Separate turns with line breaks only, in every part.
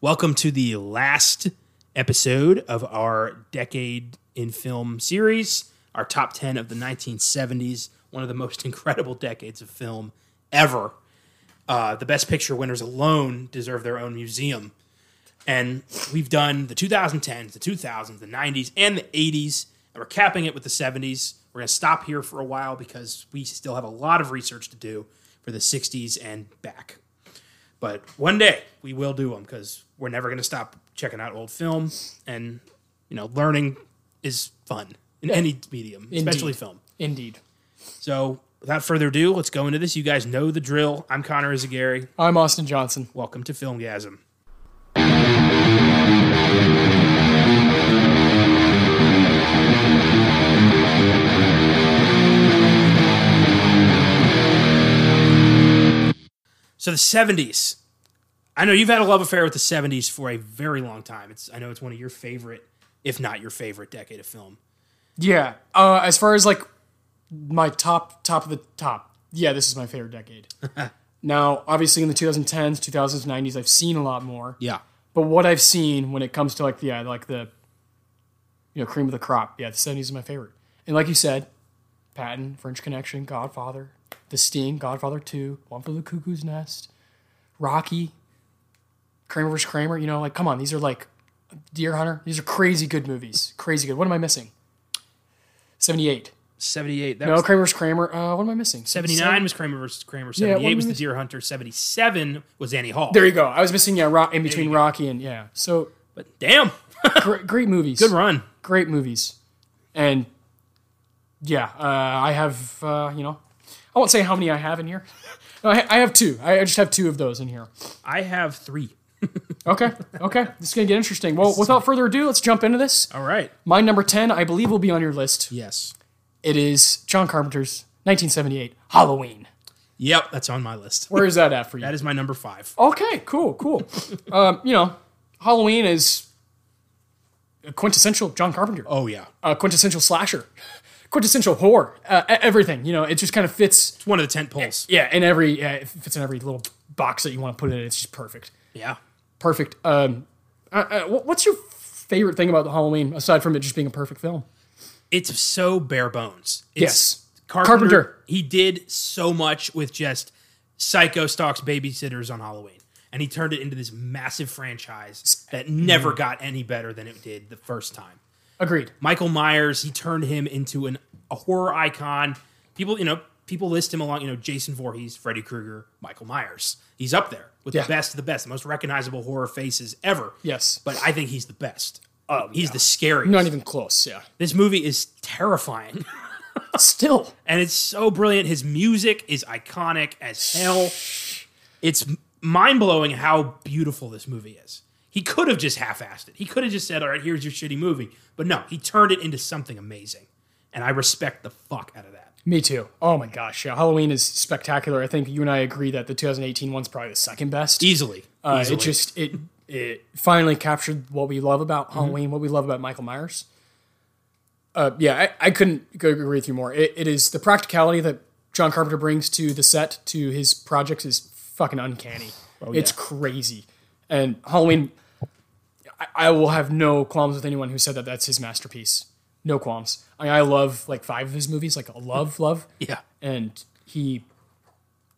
Welcome to the last episode of our Decade in Film series, our top 10 of the 1970s, one of the most incredible decades of film ever. Uh, the Best Picture winners alone deserve their own museum. And we've done the 2010s, the 2000s, the 90s, and the 80s. And we're capping it with the 70s. We're going to stop here for a while because we still have a lot of research to do for the 60s and back. But one day we will do them because we're never going to stop checking out old film. And, you know, learning is fun in any medium, especially
Indeed.
film.
Indeed.
So without further ado, let's go into this. You guys know the drill. I'm Connor Izagari.
I'm Austin Johnson.
Welcome to Filmgasm. So the 70s. I know you've had a love affair with the 70s for a very long time. It's I know it's one of your favorite, if not your favorite decade of film.
Yeah. Uh, as far as like my top top of the top, yeah, this is my favorite decade. now, obviously, in the 2010s, 2000s, 90s, I've seen a lot more.
Yeah.
But what I've seen when it comes to like the yeah, like the you know cream of the crop, yeah, the 70s is my favorite. And like you said, Patton, French Connection, Godfather, The Sting, Godfather 2, One for the Cuckoo's Nest, Rocky, Kramer vs. Kramer. You know, like come on, these are like Deer Hunter. These are crazy good movies. Crazy good. What am I missing? 78.
78. That
No,
was
Kramer vs. Kramer. Uh, what am I missing?
79 was Kramer versus Kramer.
Yeah,
78
what
was the
was-
Deer Hunter. 77 was Annie Hall.
There you go. I was missing yeah, Ro- in between Rocky and yeah. So
But damn,
great, great movies.
good run.
great movies, and yeah, uh, I have uh, you know, I won't say how many I have in here. No, I, I have two. I I just have two of those in here.
I have three.
Okay, okay, this is gonna get interesting. Well, without further ado, let's jump into this.
All right.
My number ten, I believe, will be on your list.
Yes.
It is John Carpenter's 1978 Halloween.
Yep, that's on my list.
Where is that at for you?
That is my number five.
Okay, cool, cool. um, you know, Halloween is a quintessential John Carpenter.
Oh yeah,
uh, quintessential slasher, quintessential horror, uh, e- everything. You know, it just kind of fits.
it's one of the tent poles.
Yeah, in every yeah, it fits in every little box that you want to put it in. It's just perfect,
Yeah.
perfect. Um, uh, uh, wh- what's your favorite thing about the Halloween aside from it just being a perfect film?
It's so bare bones. It's
Yes.
Carpenter,
Carpenter.
He did so much with just Psycho stalks babysitters on Halloween, and he turned it into this massive franchise that never got any better than it did the first time.
Agreed.
Michael Myers, he turned him into an, a horror icon. People, you know, people list him along, you know, Jason Voorhees, Freddy Krueger, Michael Myers. He's up there with
Yeah.
the best of the best, the most recognizable horror faces ever.
Yes.
But I think he's the best. Oh, he's the scariest.
Not even close. Yeah.
this movie is terrifying.
Still.
and it's so brilliant. His music is iconic as hell. It's mind blowing how beautiful this movie is. He could have just half assed it. He could have just said, "All right, here's your shitty movie," but no, he turned it into something amazing, and I respect the fuck out of that.
Me too. Oh my gosh. Yeah. Halloween is spectacular. I think you and I agree that the 2018 one's probably the second best.
Easily,
Uh,
easily.
it just it it finally captured what we love about Halloween, what we love about Michael Myers. Uh, yeah, I, I couldn't go agree with you more. It, it is the practicality that John Carpenter brings to the set to his projects is fucking uncanny. It's crazy, and Halloween. I, I will have no qualms with anyone who said that that's his masterpiece. No qualms. I, I love like five of his movies, like love, love
yeah,
and he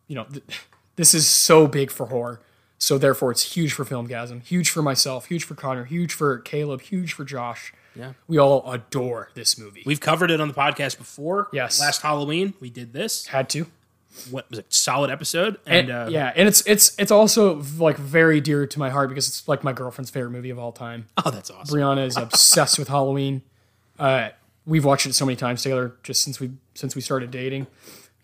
you know th- this is so big for horror so therefore it's huge for filmgasm huge for myself huge for connor huge for caleb huge for josh
Yeah.
we all adore this movie we
we've covered it on the podcast before.
Yes.
last Halloween we did this.
had to
What was a solid episode,
and,
and, uh,
yeah and it's it's it's also like very dear to my heart because it's like my girlfriend's favorite movie of all time
oh, that's awesome.
brianna is obsessed with halloween uh we've watched it so many times together just since we since we started dating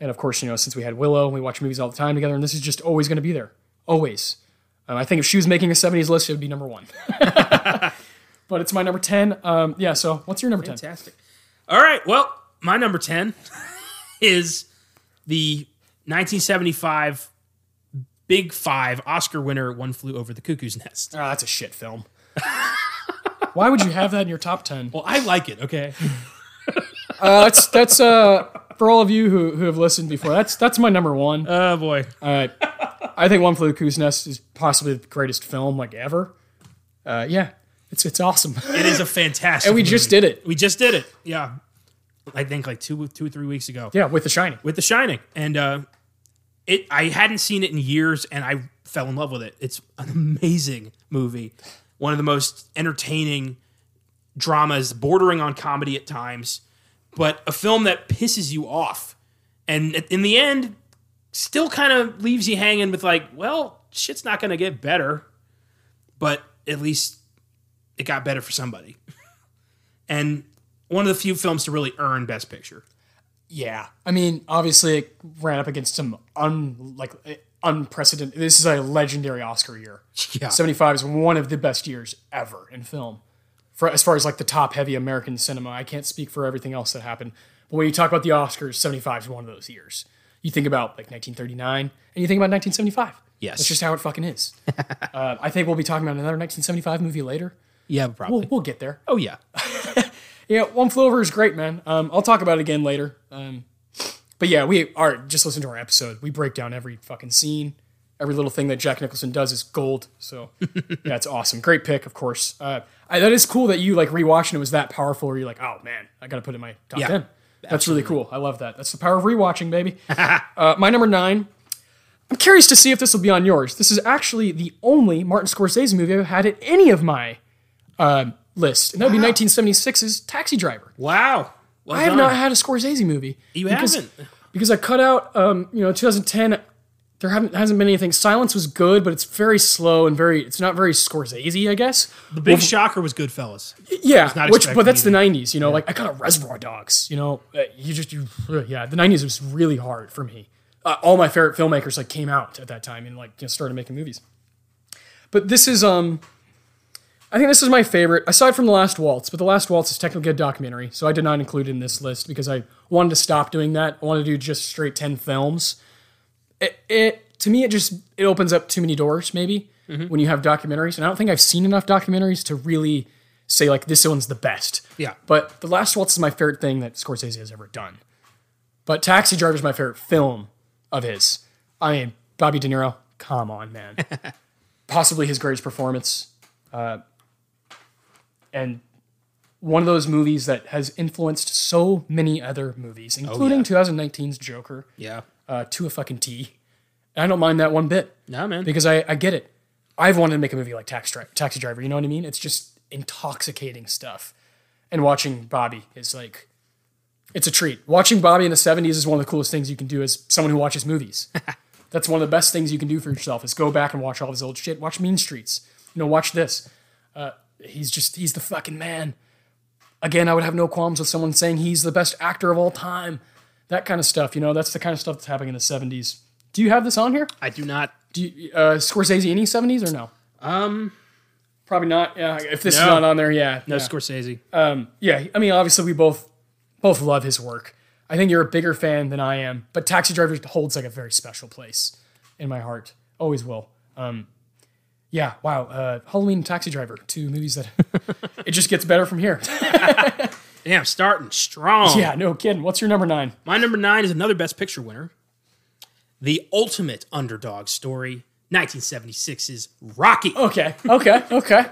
and of course you know since we had willow we watch movies all the time together and this is just always going to be there always um, i think if she was making a 70s list it would be number one but it's my number 10 um, yeah so what's your number 10
Fantastic. All right. Well, my number 10 is the 1975 Big Five Oscar winner, One Flew Over the Cuckoo's Nest.
Ah, that's a shit film why would you have that in your top 10
Well, I like it. Okay.
uh, that's that's uh, for all of you who, who have listened before that's that's my number one
Oh, boy.
Uh, I think One Flew Over the Cuckoo's Nest is possibly the greatest film like ever. Uh, yeah, it's it's awesome.
It is a fantastic.
and we just did it.
We just did it. Yeah, I think like two two or three weeks ago
Yeah, with The Shining.
with The Shining, and uh, it I hadn't seen it in years, and I fell in love with it. It's an amazing movie, one of the most entertaining dramas, bordering on comedy at times, but a film that pisses you off, and in the end, still kind of leaves you hanging with like, well, shit's not going to get better, but at least it got better for somebody, and one of the few films to really earn Best Picture.
Yeah, I mean, obviously, it ran up against some un like eh, unprecedented. This is a legendary Oscar year.
Yeah.
Seventy five is one of the best years ever in film, for as far as like the top heavy American cinema. I can't speak for everything else that happened, but when you talk about the Oscars, seventy five is one of those years. You think about like nineteen thirty nine, and you think about nineteen seventy five.
Yes.
that's just how it fucking is. uh, I think we'll be talking about another nineteen seventy five movie later.
Yeah, probably.
We'll, we'll get there.
Oh yeah,
Yeah, One Flew Over is great, man. Um, I'll talk about it again later. Um, but yeah, we are just listen to our episode. We break down every fucking scene, every little thing that Jack Nicholson does is gold. So yeah, it's awesome. Great pick, of course. Uh, I, that is cool that you like rewatching it was that powerful. Where you're like, oh man, I got to put it in my top
Yeah,
ten. That's really cool. I love that. That's the power of rewatching, baby. uh, my number nine. I'm curious to see if this will be on yours. This is actually the only Martin Scorsese movie I've had at any of my um list, and that would be 1976's Taxi Driver.
wow. Well
I have
done.
not had a Scorsese movie.
You
because,
haven't.
because I cut out. Um, you know, 2010. There haven't hasn't been anything. Silence was good, but it's very slow and very. It's not very Scorsese, I guess.
The big shocker was Goodfellas.
Yeah,
not
which
expecting
but that's the '90s. You know, like I got a Reservoir Dogs. You know, uh, you just you yeah. The '90s was really hard for me. Uh, all my favorite filmmakers like came out at that time and like you know, started making movies. But this is um, I think this is my favorite aside from the Last Waltz. But the Last Waltz is technically a documentary, so I did not include it in this list because I wanted to stop doing that. I wanted to do just straight ten films. It, it to me it just it opens up too many doors maybe when you have documentaries, and I don't think I've seen enough documentaries to really say like this one's the best.
Yeah.
But The Last Waltz is my favorite thing that Scorsese has ever done. But Taxi Driver is my favorite film of his. I mean, Bobby De Niro, come on, man. Possibly his greatest performance. Uh, and one of those movies that has influenced so many other movies, including 2019's Joker
Yeah.
uh, to a fucking T. And I don't mind that one bit
No man.
because I, I get it. I've wanted to make a movie like Tax Dri- Taxi Driver. You know what I mean? It's just intoxicating stuff. And watching Bobby is like, it's a treat. Watching Bobby in the 70s is one of the coolest things you can do as someone who watches movies. That's one of the best things you can do for yourself is go back and watch all his old shit. Watch Mean Streets. You know, watch this. Uh, he's just, he's the fucking man. Again, I would have no qualms with someone saying he's the best actor of all time. That kind of stuff, you know, that's the kind of stuff that's happening in the 70s. Do you have this on here?
I do not.
Do you, uh, Scorsese any seventies or no?
Um.
Probably not. Yeah, if this is
No.
not on there, yeah,
No
yeah.
Scorsese.
yeah, I mean, obviously we both both love his work. I think you're a bigger fan than I am, but Taxi Driver holds like a very special place in my heart. Always will. Um, yeah, wow. Uh, Halloween, and Taxi Driver, two movies that it just gets better from here.
Damn, starting strong.
yeah, no kidding. What's your number nine?
My number nine is another Best Picture winner. The ultimate underdog story, 1976's Rocky.
Okay, okay, okay.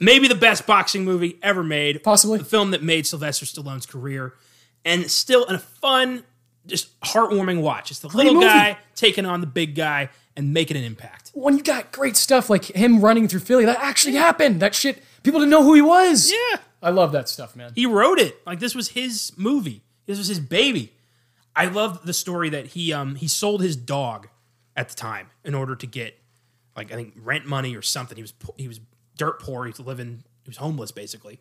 Maybe the best boxing movie ever made.
Possibly.
The film that made Sylvester Stallone's career. And still a fun, just heartwarming watch. It's the little
movie.
guy taking on the big guy and making an impact.
When you got great stuff like him running through Philly, that actually happened. That shit, people didn't know who he was.
Yeah.
I love that stuff, man.
he wrote it. Like this was his movie. This was his baby. I love the story that he um he sold his dog at the time in order to get like I think rent money or something. He was po- he was dirt poor. He was living. He was homeless basically,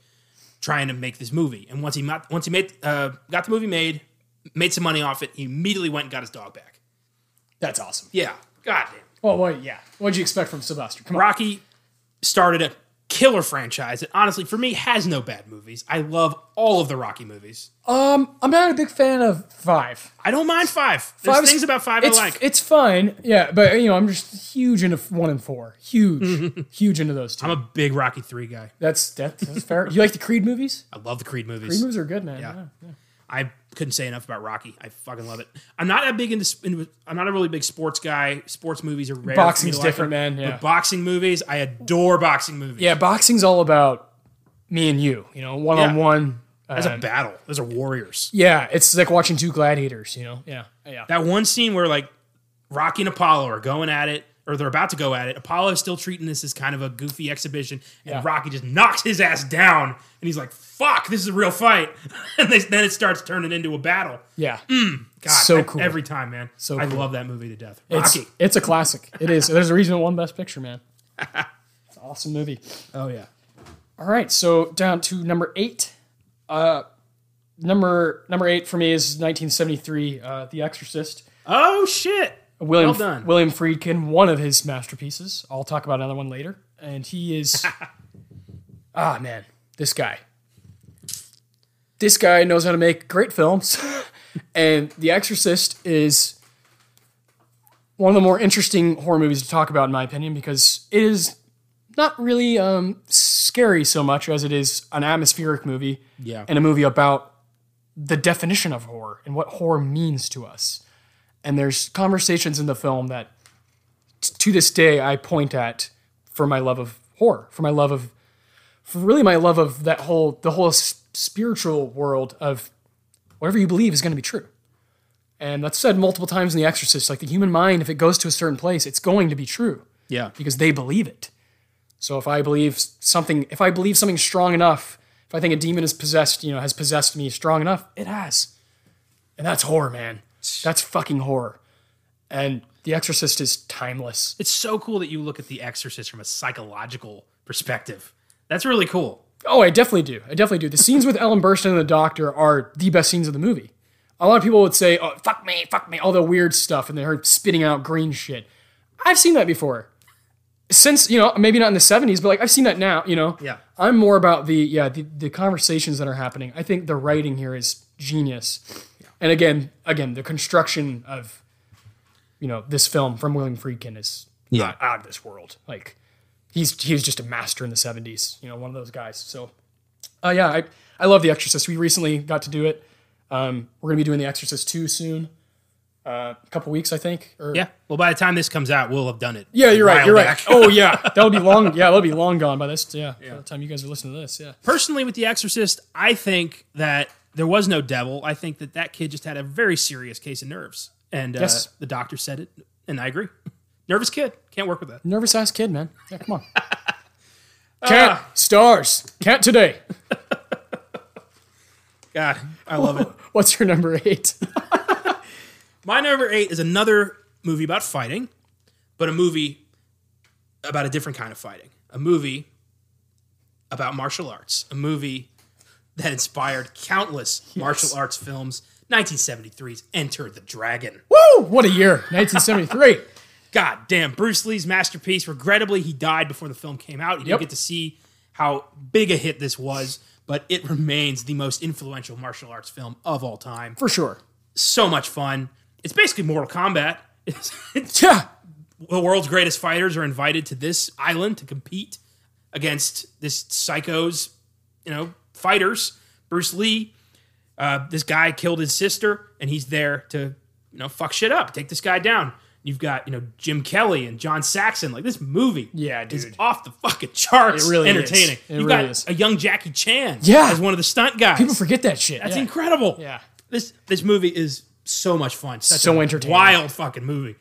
trying to make this movie. And once he mo- once he made uh, got the movie made, made some money off it. He immediately went and got his dog back.
That's awesome.
Yeah, goddamn.
Well, well yeah. What'd you expect from Sylvester? Come on.
Rocky started a killer franchise that honestly for me has no bad movies. I love all of the Rocky movies.
Um, I'm not a big fan of Five.
I don't mind five. There's
Five is-
things about five I
it's,
like.
It's fine. Yeah, but you know, I'm just huge into f- one and four. Huge, huge into those 2
I'm a big Rocky three guy.
that's, that's that's fair. You like the Creed movies?
I love the Creed movies.
Creed movies are good, man. Yeah.
I couldn't say enough about Rocky. I fucking love it. I'm not a big into. sp- into- I'm not a really big sports guy. Sports movies are rare. for me
Boxing's
to like
different,
them.
man, yeah.
But boxing movies, I adore boxing movies.
Yeah, boxing's all about me and you. You know, one on one.
There's a battle. Those are warriors.
Yeah, it's like watching two gladiators. You know. Yeah. Yeah.
That one scene where like Rocky and Apollo are going at it, or they're about to go at it. Apollo's still treating this as kind of a goofy exhibition, and
Yeah.
Rocky just knocks his ass down, and he's like, "Fuck, this is a real fight." and they, then it starts turning into a battle.
Yeah.
Mm. God,
So
I-
cool.
Ah, every time, man.
So
I
cool.
love that movie to death.
It's,
Rocky.
it's a classic. It is. There's a reason it won Best Picture, man. It's an awesome movie.
Oh yeah.
All right, so down to number eight. Uh, number number eight for me is 1973, uh, The Exorcist.
Oh shit.
William
Well done.
William Friedkin, one of his masterpieces. I'll talk about another one later. And he is ah man, this guy. This guy knows how to make great films, and The Exorcist is one of the more interesting horror movies to talk about, in my opinion, because it is not really um, scary so much as it is an atmospheric movie
Yeah.
and a movie about the definition of horror and what horror means to us. And there's conversations in the film that t- to this day I point at for my love of horror, for my love of for really my love of that whole the whole s- spiritual world of whatever you believe is going to be true. And that's said multiple times in The Exorcist. Like the human mind, if it goes to a certain place, it's going to be true
yeah.
because they believe it. So if I believe s- something, if I believe something strong enough, if I think a demon is possessed, you know, has possessed me strong enough, it has. And that's horror, man. That's fucking horror. And The Exorcist is timeless.
It's so cool that you look at The Exorcist from a psychological perspective. That's really cool.
Oh, I definitely do. I definitely do. The scenes with Ellen Burstyn and the Doctor are the best scenes of the movie. A lot of people would say, "Oh, fuck me, fuck me," all the weird stuff, and then her spitting out green shit. I've seen that before. Since you know, maybe not in the '70s, but like I've seen that now. You know,
Yeah.
I'm more about the yeah the, the conversations that are happening. I think the writing here is genius, and again, again, the construction of you know this film from William Friedkin is
Yeah.
not out of this world. Like he's he was just a master in the '70s. You know, one of those guys. So, uh, yeah, I I love The Exorcist. We recently got to do it. Um, we're gonna be doing The Exorcist two soon. Uh, a couple weeks, I think. Or,
Yeah. Well, by the time this comes out, we'll have done it.
yeah, you're
A
right.
while
You're
back.
right. Oh yeah, that'll be long. Yeah, that'll be long gone by this. Yeah, by the time you guys are listening to this. Yeah.
Personally, with The Exorcist, I think that there was no devil. I think that that kid just had a very serious case of nerves, and uh,
Yes.
the doctor said it, and I agree. Nervous kid can't work with that.
Nervous ass kid, man. Yeah, come on. Cat
Ah.
stars. Cat today.
God, I love it.
What's your number eight?
My number eight is another movie about fighting, but a movie about a different kind of fighting. A movie about martial arts. A movie that inspired countless martial arts films. 1973's Enter the Dragon.
Woo! What a year. 1973.
God damn, Bruce Lee's masterpiece. Regrettably, he died before the film came out. You
Yep.
didn't get to see how big a hit this was, but it remains the most influential martial arts film of all time.
For sure.
So much fun. It's basically Mortal Kombat. It's-
Yeah.
the world's greatest fighters are invited to this island to compete against this psycho's, you know, fighters. Bruce Lee, uh, this guy killed his sister, and he's there to, you know, fuck shit up, take this guy down. You've got, you know, Jim Kelly and John Saxon. Like this movie,
Yeah,
is
dude.
off the fucking charts.
It really is.
entertaining.
It
You've
really
got
is.
a young Jackie Chan,
Yeah.
as one of the stunt guys.
People forget that shit.
That's
yeah.
incredible.
Yeah.
This this movie is so much fun. Such
So
a
entertaining.
Wild fucking movie.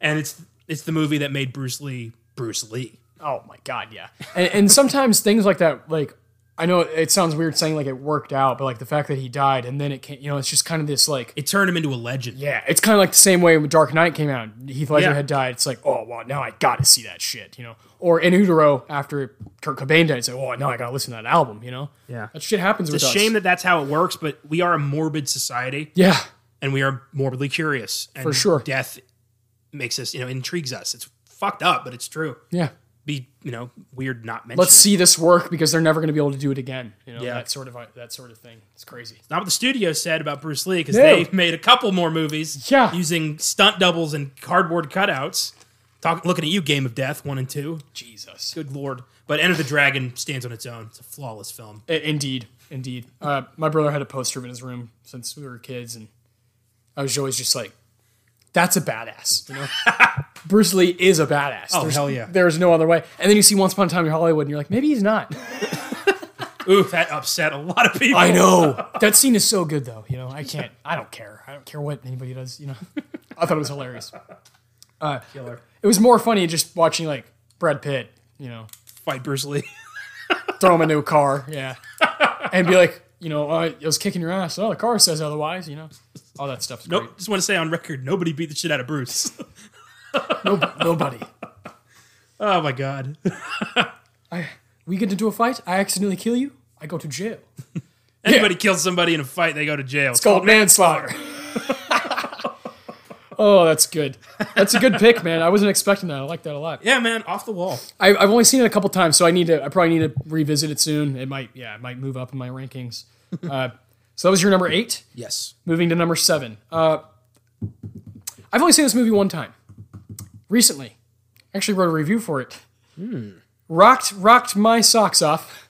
And it's it's the movie that made Bruce Lee Bruce Lee.
Oh my god, yeah. And, and sometimes things like that, like I know it sounds weird saying like it worked out, but like the fact that he died and then it can't, you know, it's just kind of this like
It turned him into a legend.
yeah, it's kind of like the same way when Dark Knight came out, Heath Ledger
Yeah.
had died. It's like oh well, now I got to see that shit, you know. Or in Utero after Kurt Cobain died, it's like oh now I got to listen to that album, you know.
Yeah.
that shit happens
It's
with
a
us.
shame that that's how it works, but we are a morbid society
yeah,
and we are morbidly curious. And
For sure.
Death makes us, you know, intrigues us. It's fucked up, but it's true.
yeah.
Be, you know, weird not mentioning.
Let's
Let's
see this work because they're never going to be able to do it again. You know
Yeah.
that sort of uh, that sort of thing. It's crazy.
Not what the studio said about Bruce Lee because
No.
they made a couple more movies
Yeah.
using stunt doubles and cardboard cutouts. Talk, looking at you, Game of Death one and two.
Jesus.
Good lord! But Enter the Dragon stands on its own. It's a flawless film.
I- Indeed, indeed. Uh, my brother had a poster of it in his room since we were kids, and I was always just like, "That's a badass." You know, Bruce Lee is a badass. Oh there's,
hell yeah.
There's no other way. And then you see Once Upon a Time in Hollywood, and you're like, maybe he's not.
Ooh, that upset a lot of people.
I know that scene is so good, though. You know, I can't. I don't care. I don't care what anybody does. You know, I thought it was hilarious.
Killer.
It was more funny just watching like Brad Pitt. You know,
Fight Bruce Lee.
throw him into a car, yeah, and be like, you know, uh, it was kicking your ass. Oh, the car says otherwise, you know, all that stuff's
Nope. Just want to say on record, nobody beat the shit out of Bruce.
great. No, nobody.
oh my god.
We get into a fight. I accidentally kill you. I go to jail.
Anybody kills somebody in a fight, they go to jail.
It's called manslaughter. oh, that's good. That's a good pick, man. I wasn't expecting that. I like that a lot.
yeah, man, off the wall.
I, I've only seen it a couple times, so I need to. I probably need to revisit it soon. It might, yeah, it might move up in my rankings. Uh, so that was your number eight.
Yes.
Moving to number seven. Uh, I've only seen this movie one time. Recently. I actually wrote a review for it. Rocked rocked my socks off.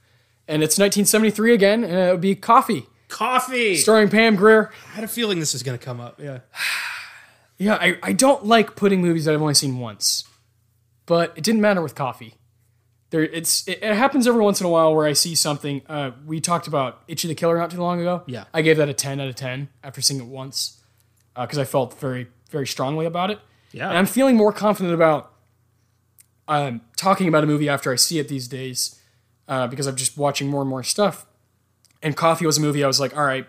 And it's 1973 again, and it would be Coffee,
Coffee.
starring Pam Grier.
I had a feeling this is going to come up. Yeah.
Yeah, I, I don't like putting movies that I've only seen once. But it didn't matter with Coffee. There, it's it, it happens every once in a while where I see something. Uh, we talked about Itchy the Killer not too long ago.
Yeah.
I gave that a 10 out of 10 after seeing it once because I felt very, very strongly about it.
Yeah.
And I'm feeling more confident about um, talking about a movie after I see it these days uh, because I'm just watching more and more stuff. And Coffee was a movie I was like, all right,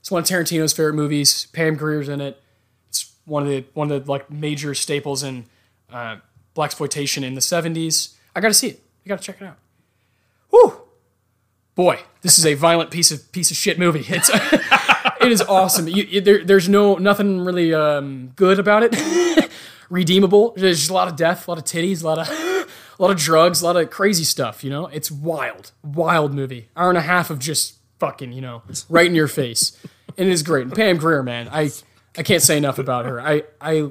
it's one of Tarantino's favorite movies. Pam Greer's in it. It's one of the one of the like major staples in uh, black exploitation in the '70s. I got to see it. I got to check it out. Whew. boy, this is a violent piece of piece of shit movie. It's it is awesome. You, you- there, there's no nothing really um, good about it, redeemable. There's just a lot of death, a lot of titties, a lot of a lot of drugs, a lot of crazy stuff. You know, it's wild, wild movie. Hour and a half of just fucking, you know, right in your face, and it is great. And Pam Grier, man, I I can't say enough about her. I I,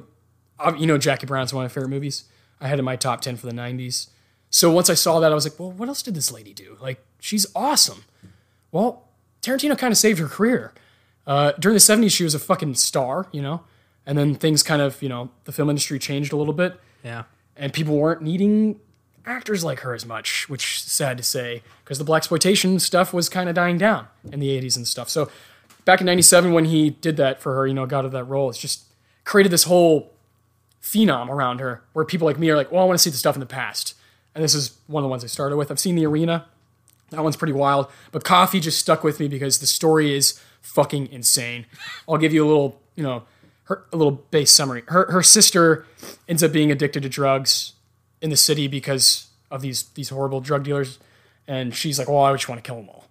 I you know, Jackie Brown's one of my favorite movies. I had in my top ten for the '90s. So once I saw that, I was like, well, what else did this lady do? Like, she's awesome. Well, Tarantino kind of saved her career. Uh, during the 70s, she was a fucking star, you know? And then things kind of, you know, the film industry changed a little bit,
Yeah.
and people weren't needing actors like her as much, which is sad to say, because the black exploitation stuff was kind of dying down in the 80s and stuff. So back in 97, when he did that for her, you know, got her that role, it's just created this whole phenom around her where people like me are like, well, I want to see the stuff in the past. And this is one of the ones I started with. I've seen The Arena. That one's pretty wild. But Coffee just stuck with me because the story is fucking insane. I'll give you a little, you know, her, a little base summary. Her, her sister ends up being addicted to drugs in the city because of these, these horrible drug dealers. And she's like, well, I just want to kill them all.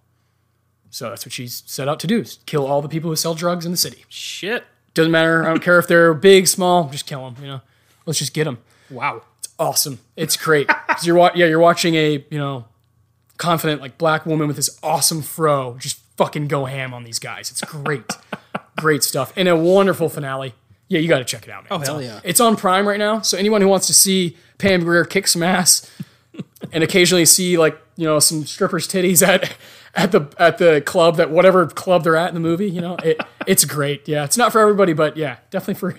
So that's what she's set out to do, is kill all the people who sell drugs in the city.
Shit.
Doesn't matter. I don't care if they're big, small. Just kill them. You know, let's just get them.
Wow.
It's awesome. It's great. 'Cause you're wa- yeah, you're watching a you know confident like black woman with this awesome fro just fucking go ham on these guys. It's great, great stuff, and a wonderful finale. Yeah, you got to check it out, man. Oh
hell yeah.
It's on Prime right now, so anyone who wants to see Pam Grier kick some ass and occasionally see like you know some strippers' titties at at the at the club that whatever club they're at in the movie. You know, it it's great. Yeah, it's not for everybody, but yeah, definitely for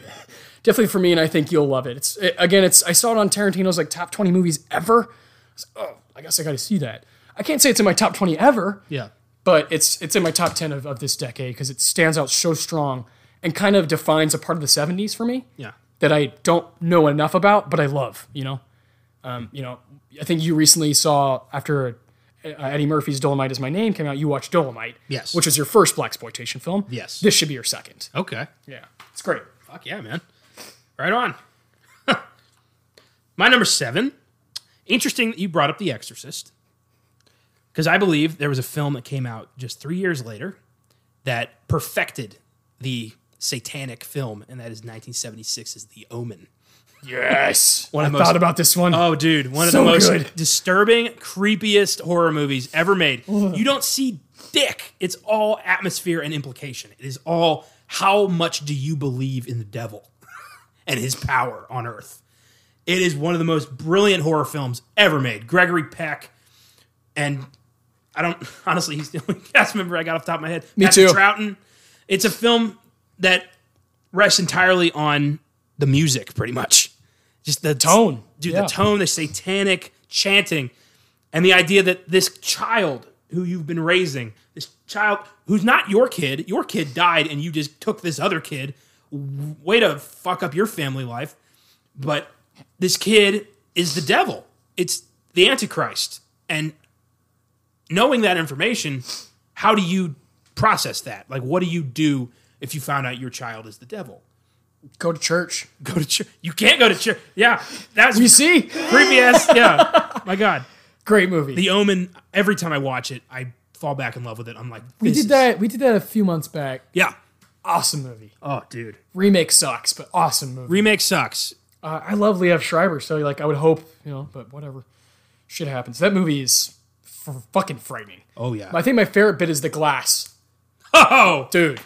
definitely for me, and I think you'll love it. It's it, again, it's I saw it on Tarantino's like top twenty movies ever. I was like, oh, I guess I got to see that. I can't say it's in my top twenty ever,
Yeah.
but it's it's in my top 10 of, of this decade because it stands out so strong and kind of defines a part of the 70s for me
Yeah.
that i don't know enough about but i love you know um, you know i think you recently saw after uh, eddie murphy's dolomite is my name came out you watched dolomite
Yes.
which is your first black exploitation film
Yes.
this should be your second
Okay.
yeah it's great
Fuck yeah, man. Right on. My number seven. Interesting that you brought up The Exorcist. Because I believe there was a film that came out just three years later that perfected the satanic film, and that is 1976's The Omen.
yes
One
i
of the most-
thought about this one.
Oh, dude, one of
So
the most
good.
disturbing, creepiest horror movies ever made. you don't see dick. It's all atmosphere and implication. It is all how much do you believe in the devil and his power on earth? It is one of the most brilliant horror films ever made. Gregory Peck and I don't honestly he's the only cast member I got off the top of my head.
Me
Patrick
too.
Troughton. It's a film that rests entirely on the music, pretty much. Just the
Tone,
dude.
yeah.
The tone, the satanic chanting, and the idea that this child who you've been raising, this child who's not your kid, your kid died, and you just took this other kid. W- Way to fuck up your family life. But this kid is the devil. It's the Antichrist, and knowing that information, how do you process that? Like, what do you do if you found out your child is the devil?
Go to church.
Go to church. You can't go to church. Yeah, that's
You see?
creepy ass. Yeah, my god.
Great movie.
The Omen. Every time I watch it, I fall back in love with it. I'm like,
we
this
did
is-
that. We did that a few months back.
Yeah.
Awesome movie.
Oh, dude.
Remake sucks, but awesome movie.
Remake sucks.
Uh, I love Liev Schreiber, so like I would hope you know, but whatever. Shit happens. That movie is f- fucking frightening.
Oh yeah.
I think my favorite bit is the glass,
oh,
dude.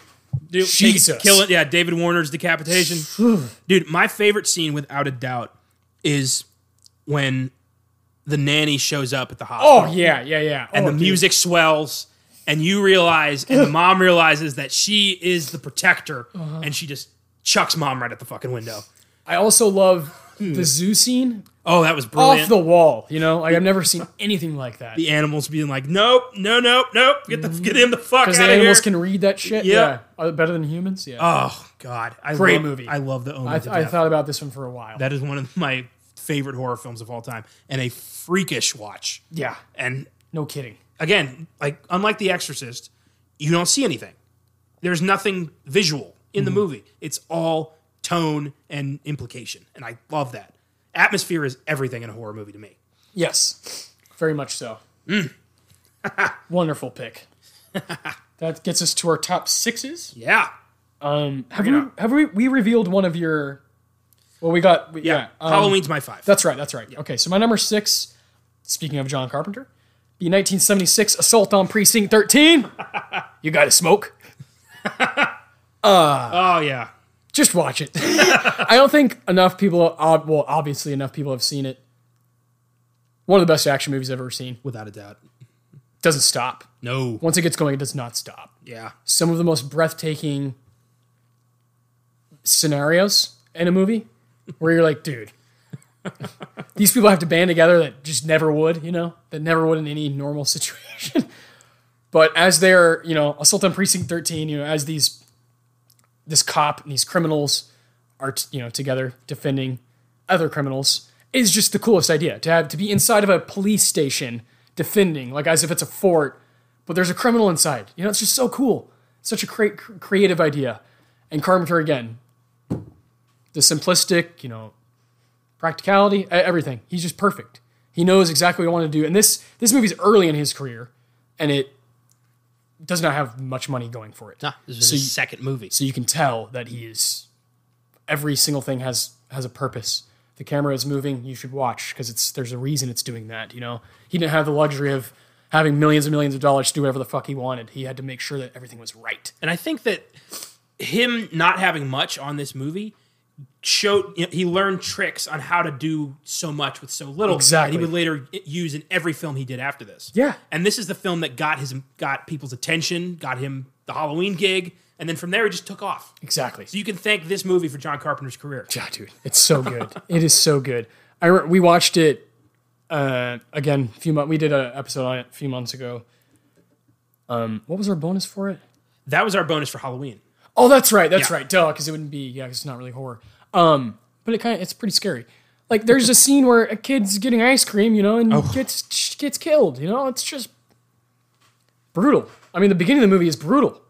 dude.
Jesus. Oh,
Kill it. Yeah. David Warner's decapitation. Dude, my favorite scene, without a doubt, is when the nanny shows up at the hospital.
Oh yeah, yeah, yeah.
and
Oh,
the
dude.
music swells and you realize and the mom realizes that she is the protector
Uh-huh.
and she just chucks mom right at the fucking window
Oh, I also love the zoo scene
oh that was
off
brilliant
the wall. You know, like I've never seen anything like that.
the animals being like nope no nope nope get the get him the fuck out
Because
of
the animals
here
can read that shit.
Yeah.
Yeah, Are they better than humans. Yeah,
oh god I
Great
love-
movie.
i love the omen
I,
to
I
death.
thought about this one for a while.
that is one of my favorite horror films of all time and a freakish watch
yeah,
and
no kidding.
again, like unlike The Exorcist, you don't see anything. There's nothing visual in
Mm-hmm.
the movie. It's all tone and implication, and I love that. Atmosphere is everything in a horror movie to me.
Yes, very much so. Wonderful pick. that gets us to our top sixes.
Yeah,
Um, have we have we we revealed one of your? Well, we got we, yeah.
yeah.
um,
Halloween's my five.
that's right. That's right. Okay, so my number six. Speaking of John Carpenter, the 1976 Assault on Precinct 13. you got to smoke.
oh yeah,
Just watch it. I don't think enough people. ob- Well, obviously enough people have seen it. One of the best action movies I've ever seen.
without a doubt.
Doesn't stop.
No.
Once it gets going, it does not stop.
Yeah.
some of the most breathtaking scenarios in a movie where you're like, dude, these people have to band together that just never would, you know, that never would in any normal situation. but as they're, you know, assault on precinct 13, you know, as these, this cop and these criminals are, t- you know, together defending other criminals is just the coolest idea to have to be inside of a police station defending, like as if it's a fort, but there's a criminal inside. You know, it's just so cool. Such a great cr- creative idea. And Carpenter again, the simplistic, you know, practicality, e- everything. He's just perfect. He knows exactly what he wanted to do. And this this movie's early in his career, and it does not have much money going for it.
Nah, this is
So
his
you-
second movie.
So you can tell that he is every single thing has has a purpose. The camera is moving, you should watch because it's there's a reason it's doing that, you know. He didn't have the luxury of having millions and millions of dollars to do whatever the fuck he wanted. He had to make sure that everything was right.
And I think that him not having much on this movie showed you know, he learned tricks on how to do so much with so little
Exactly.
that he would later use in every film he did after this.
Yeah.
And this is the film that got his got people's attention, got him the Halloween gig, and then from there he just took off.
Exactly.
So you can thank this movie for John Carpenter's career.
Yeah, dude, it's so good. it is so good. I re- we watched it uh, again. A few months we did an episode on it a few months ago. Um, what was our bonus for it?
That was our bonus for Halloween.
Oh, that's right. That's
Yeah.
right. Duh, because it wouldn't be. Yeah, 'cause it's not really horror. Um, but it kind of it's pretty scary. Like there's a scene where a kid's getting ice cream, you know, and gets gets killed. You know, it's just brutal. I mean, the beginning of the movie is brutal,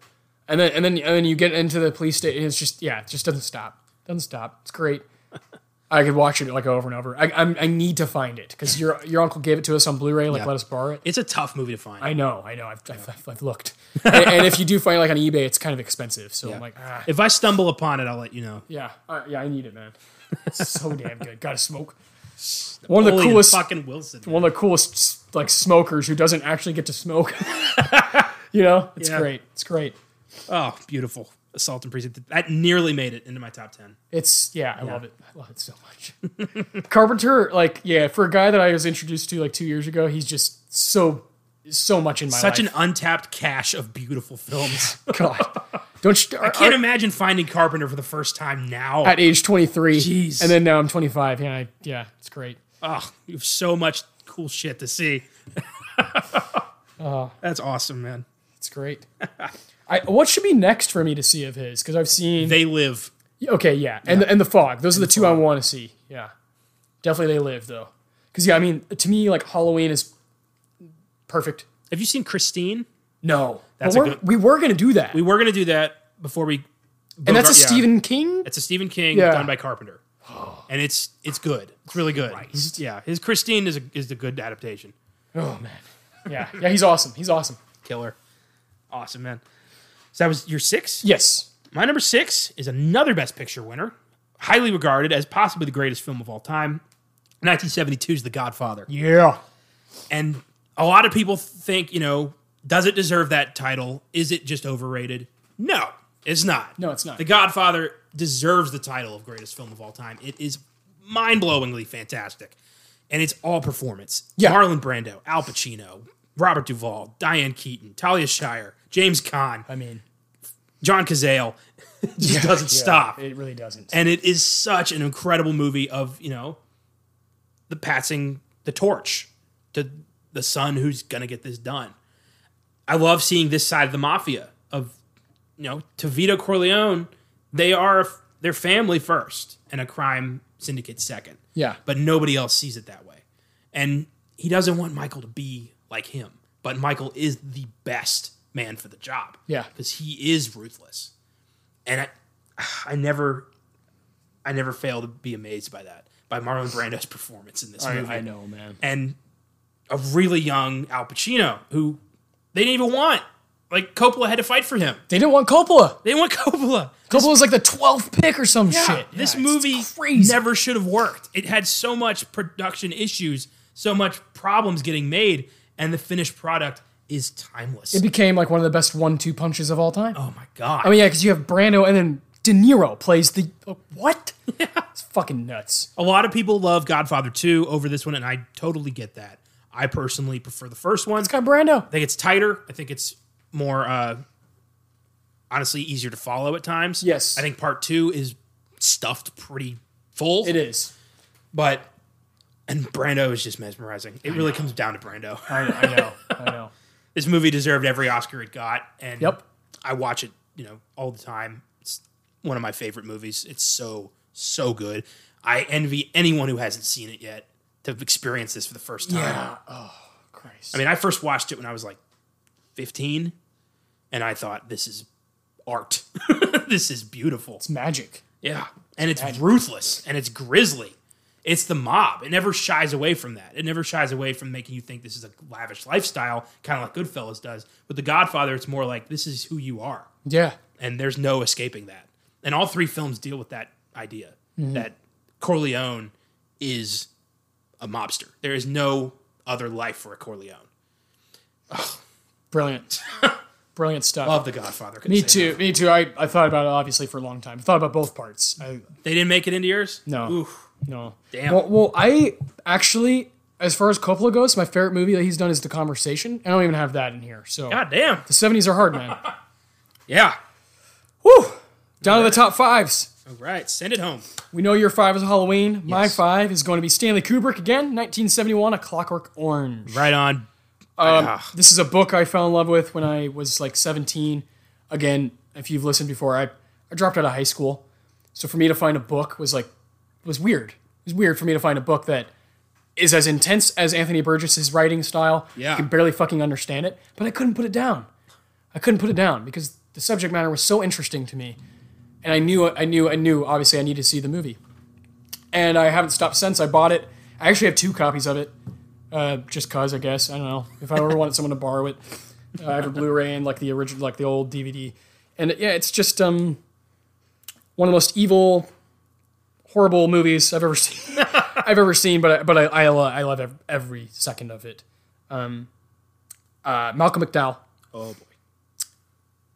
and then and then and then you get into the police station. It's just yeah, it just doesn't stop. Doesn't stop. It's great. I could watch it like over and over. I I'm, I need to find it because your your uncle gave it to us on Blu-ray. Like let us borrow it.
It's a tough movie to find.
I know, I know. I've, I've, I've, I've looked, and, and if you do find it like on eBay, it's kind of expensive. So I'm like, ah,
if I stumble upon it, I'll let you know.
yeah, uh, yeah, I need it, man. It's so damn good. Gotta smoke. One of the
Napoleon
coolest,
fucking Wilson.
one of the coolest like smokers who doesn't actually get to smoke. you know, it's
Yeah.
great. It's great.
Oh, beautiful. Assault and Precinct. That nearly made it into my top ten.
It's yeah, I love it. I love it so much. Carpenter, like yeah, for a guy that I was introduced to like two years ago, he's just so so much in my
Such an
life.
untapped cache of beautiful films.
Such an god. Don't you,
I can't imagine finding Carpenter for the first time now.
at age twenty three,
Jeez.
and then now I'm twenty five. Yeah, I, yeah, it's great.
oh, you have so much cool shit to see.
Uh.
That's awesome, man.
It's great. I, what should be next for me to see of his? Because I've seen
They live.
Okay, yeah, and The, and the fog. Those are the two I want to see. Yeah, definitely they live though. Because yeah, I mean, to me, like Halloween is perfect.
Have you seen Christine?
No,
That's
but
a
we're,
good-
we were gonna do that,
We were gonna do that before we.
and that's a
yeah.
Stephen King.
It's a Stephen King
Yeah.
done by Carpenter, and it's it's good. It's really good. Yeah, his Christine is a, is the good adaptation.
Oh man, yeah, yeah, he's awesome. He's awesome.
Killer, awesome man. So that was your six.
Yes,
My number six is another Best Picture winner, highly regarded as possibly the greatest film of all time. 1972's The Godfather.
yeah,
And a lot of people think, you know, does it deserve that title? Is it just overrated? No, it's not.
No, it's not.
The Godfather deserves the title of greatest film of all time. It is mind blowingly fantastic. And it's all performance.
Yeah.
Marlon Brando, Al Pacino, Robert Duvall, Diane Keaton, Talia Shire, James Caan,
I mean,
John Cazale. It just doesn't
yeah,
stop.
It really doesn't.
And it is such an incredible movie of, you know, the passing the torch to the son who's going to get this done. I love seeing this side of the mafia of, you know, to Vito Corleone, they are their family first and a crime syndicate second.
Yeah.
But nobody else sees it that way. And he doesn't want Michael to be like him. But Michael is the best man for the job.
Yeah.
Because he is ruthless. And I, I never I never fail to be amazed by that, by Marlon Brando's performance in this
I,
movie.
I know, man.
And a really young Al Pacino, who they didn't even want. Like Coppola had to fight for him.
They didn't want Coppola.
They didn't want Coppola.
Coppola's like the twelfth pick or some shit. Yeah,
This
it's
movie
crazy.
never should have worked. It had so much production issues, so much problems getting made, and the finished product is timeless.
it became like one of the best one-two punches of all time.
oh my god.
I mean, yeah, because you have Brando and then De Niro plays the uh, what? It's fucking nuts.
A lot of people love Godfather 2 over this one, and I totally get that. I personally prefer the first one.
It's got Brando.
I think it's tighter. I think it's more, uh, honestly, easier to follow at times.
Yes.
I think part two is stuffed pretty full.
It is.
But, and Brando is just mesmerizing. It really comes down to Brando.
I know. I know. I know.
This movie deserved every Oscar it got. And
Yep.
I watch it, you know, all the time. It's one of my favorite movies. It's so, so good. I envy anyone who hasn't seen it yet to experience this for the first time.
Oh, Christ.
I mean, I first watched it when I was like 15, and I thought this is art. this is beautiful.
it's magic.
Yeah. And it's ruthless and it's grisly. It's the mob. It never shies away from that. It never shies away from making you think this is a lavish lifestyle, kind of like Goodfellas does. With The Godfather, it's more like this is who you are,
Yeah.
and there's no escaping that. And all three films deal with that idea
Mm-hmm.
that Corleone is a mobster. There is no other life for a Corleone.
Brilliant. Brilliant stuff.
Love The Godfather. Couldn't
me
say
too. Me too. I, I thought about it obviously for a long time. I thought about both parts. I
They didn't make it into yours?
No.
Oof.
no.
Damn.
Well, well, I actually, as far as Coppola goes, my favorite movie that he's done is The Conversation. I don't even have that in here. So
God damn.
the seventies are hard, man.
Yeah.
Woo! Down to the top fives.
All right. Send it home.
We know your five is Halloween. My
Yes.
five is going to be Stanley Kubrick again, 1971, A Clockwork Orange.
Right on. Ah.
This is a book I fell in love with when I was like 17. Again, if you've listened before, I, I dropped out of high school. So for me to find a book was like, was weird. It was weird for me to find a book that is as intense as Anthony Burgess's writing style.
Yeah.
I could barely fucking understand it, but I couldn't put it down. I couldn't put it down because the subject matter was so interesting to me. And I knew, I knew, I knew, obviously, I needed to see the movie. And I haven't stopped since. I bought it. I actually have two copies of it uh, just cause I guess I don't know if I ever wanted someone to borrow it. Uh, I have a Blu-ray and like the original, like the old DVD, and yeah, it's just um one of the most evil, horrible movies I've ever seen. I've ever seen, but I, but I I, lo- I love ev- every second of it. Um, uh, Malcolm McDowell,
Oh, boy.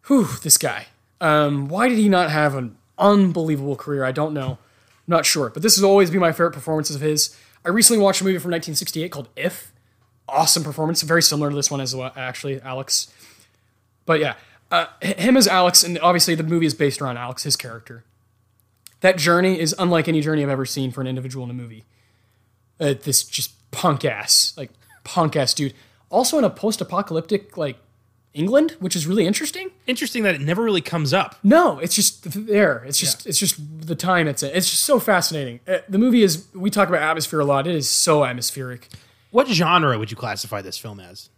whew, this guy. Um, why did he not have an unbelievable career? I don't know. I'm not sure. But this has always been my favorite performances of his. I recently watched a movie from 1968 called If. Awesome performance. Very similar to this one as well, actually, Alex. But yeah, uh, h- him as Alex, and obviously the movie is based around Alex, his character. That journey is unlike any journey I've ever seen for an individual in a movie. Uh, this just punk ass, like punk ass dude. Also in a post apocalyptic, like England, which is really interesting.
Interesting that it never really comes up.
No, it's just th- there. It's just it's just the time it's in. It's just so fascinating. Uh, the movie is we talk about atmosphere a lot. It is so atmospheric.
What genre would you classify this film as?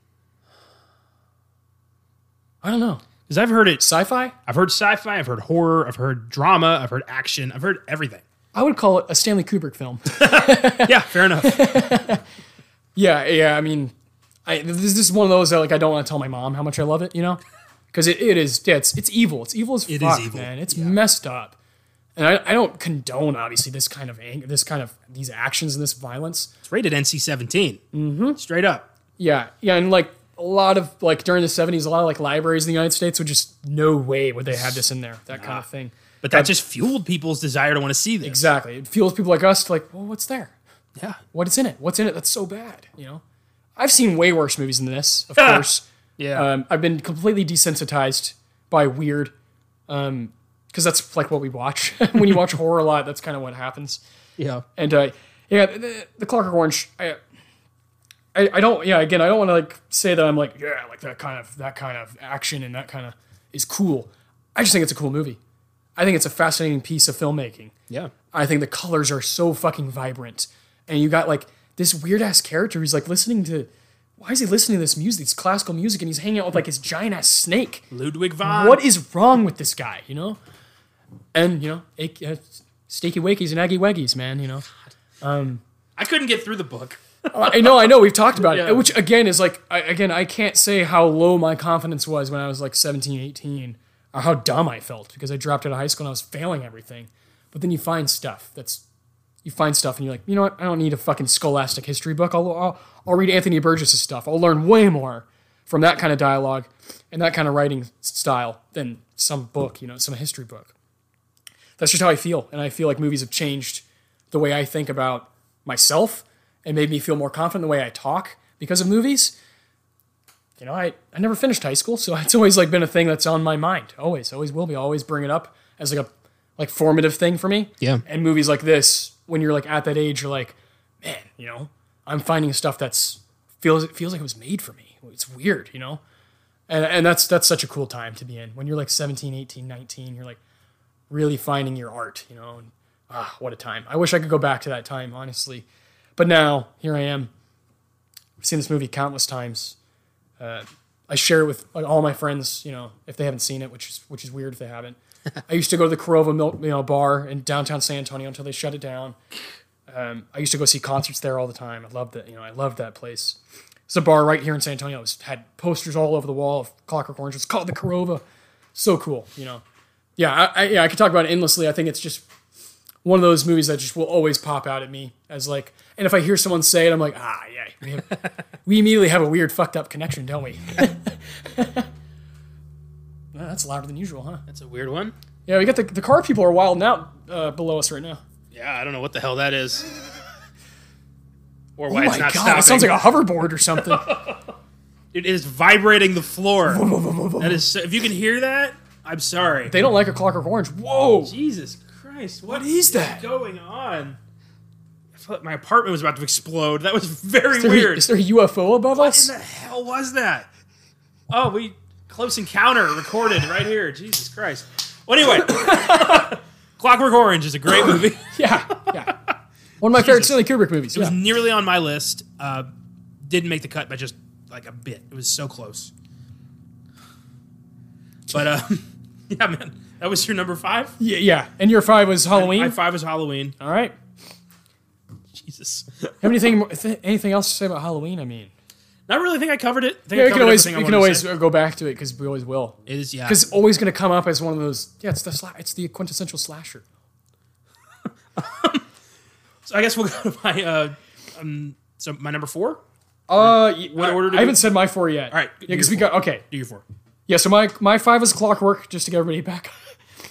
I don't know.
Because I've heard it.
Sci-fi?
I've heard sci-fi. I've heard horror. I've heard drama. I've heard action. I've heard everything.
I would call it a Stanley Kubrick film.
Yeah, fair enough.
yeah, yeah, I mean I this, this is one of those that like I don't want to tell my mom how much I love it, you know? Cuz it, it is yeah, it's it's evil. It's evil as
is
fuck,
evil.
man. It's messed up. And I, I don't condone obviously this kind of anger, this kind of these actions and this violence.
It's rated NC-17. Mm-hmm. Straight up.
Yeah, yeah, and like a lot of like during the seventies, a lot of like libraries in the United States would just no way would they have this in there, that kind of thing.
But
Um,
that just fueled people's desire to want to see this.
Exactly, it fuels people like us to like, well, what's there?
Yeah.
What's in it? What's in it? That's so bad, you know. I've seen way worse movies than this, of course.
Yeah.
Um, I've been completely desensitized by weird, because that's like what we watch. when you watch horror a lot, that's kind of what happens.
yeah.
And uh, yeah, the, the Clockwork Orange. I, I, I don't. Yeah, again, I don't want to like say that I'm like yeah, like that kind of that kind of action and that kind of is cool. I just think it's a cool movie. I think it's a fascinating piece of filmmaking.
Yeah.
I think the colors are so fucking vibrant, and you got like this weird ass character who's like listening to. Why is he listening to this music? This classical music, and he's hanging out with like his giant ass snake
Ludwig von.
what is wrong with this guy? You know, and you know, ache, uh, steaky wakies and aggie waggies, man. You know,
I couldn't get through the book.
I know, I know. We've talked about
Yeah.
it, which again is like, I, again, I can't say how low my confidence was when I was like 17, 18, or how dumb I felt because I dropped out of high school and I was failing everything. But then you find stuff that's, you find stuff and you're like, you know what? I don't need a fucking scholastic history book. I'll, I'll, I'll read Anthony Burgess's stuff. I'll learn way more from that kind of dialogue and that kind of writing style than some book, you know, some history book. That's just how I feel. And I feel like movies have changed the way I think about myself and made me feel more confident the way I talk because of movies. You know, I, I never finished high school, so it's always like been a thing that's on my mind. Always, always will be. I always bring it up as like a like formative thing for me.
Yeah.
And movies like this, when you're like at that age, you're like, man, you know, I'm finding stuff that's feels it feels like it was made for me. It's weird, you know? And and that's that's such a cool time to be in. When you're like 17, 18, 19, you're like really finding your art, you know? And ah, what a time. I wish I could go back to that time, honestly. But now, here I am. I've seen this movie countless times. Uh, I share it with like, all my friends, you know, if they haven't seen it, which is which is weird if they haven't. I used to go to the Corova Milk you know, bar in downtown San Antonio until they shut it down. Um, I used to go see concerts there all the time. I loved it. You know, I loved that place. It's a bar right here in San Antonio. It was, had posters all over the wall of Clockwork Orange. It's called the Corova. So cool, you know. Yeah, I, I, yeah, I could talk about it endlessly. I think it's just one of those movies that just will always pop out at me as like, and if I hear someone say it, I'm like, ah, yeah, we, have, we immediately have a weird fucked up connection, don't we? Well, that's louder than usual, huh?
That's a weird one.
Yeah, we got the, the car people are wilding out uh, below us right now.
Yeah, I don't know what the hell that is. Or
Oh
why
my
it's not
god,
stopping.
it sounds like a hoverboard or something.
it is vibrating the floor. that is so, if you can hear that, I'm sorry.
they don't like a Clockwork Orange. Whoa!
Jesus Christ,
What is that?
going on? I felt like my apartment was about to explode. That was very
Is there-
weird.
Is there a UFO above us?
What in the hell was that? Oh, we close encounter recorded right here. Jesus Christ. Well, anyway, Clockwork Orange is a great movie. It
Yeah, yeah. One of my favorite Stanley Kubrick movies.
was
Yeah.
nearly on my list. Uh, didn't make the cut by just like a bit. It was so close. But uh, yeah, man, that was your number five.
yeah, yeah. And your five was Halloween.
My five was Halloween. Oh,
All right.
Jesus,
Have anything more- th- anything else to say about Halloween? I mean,
not really. think I covered it. I think
yeah,
I
we
covered
can always
everything I
we can
wanted to
always
say.
go back to it because we always will.
It is yeah.
Because it's always going to come up as one of those. Yeah, it's the sla- it's the quintessential slasher.
So I guess we'll go to my uh, um, so my number four.
Uh,
order do
I
we-
haven't said my four yet.
All right,
yeah, because we got okay.
Do your four.
Yeah, so my my five is clockwork, just to get everybody back.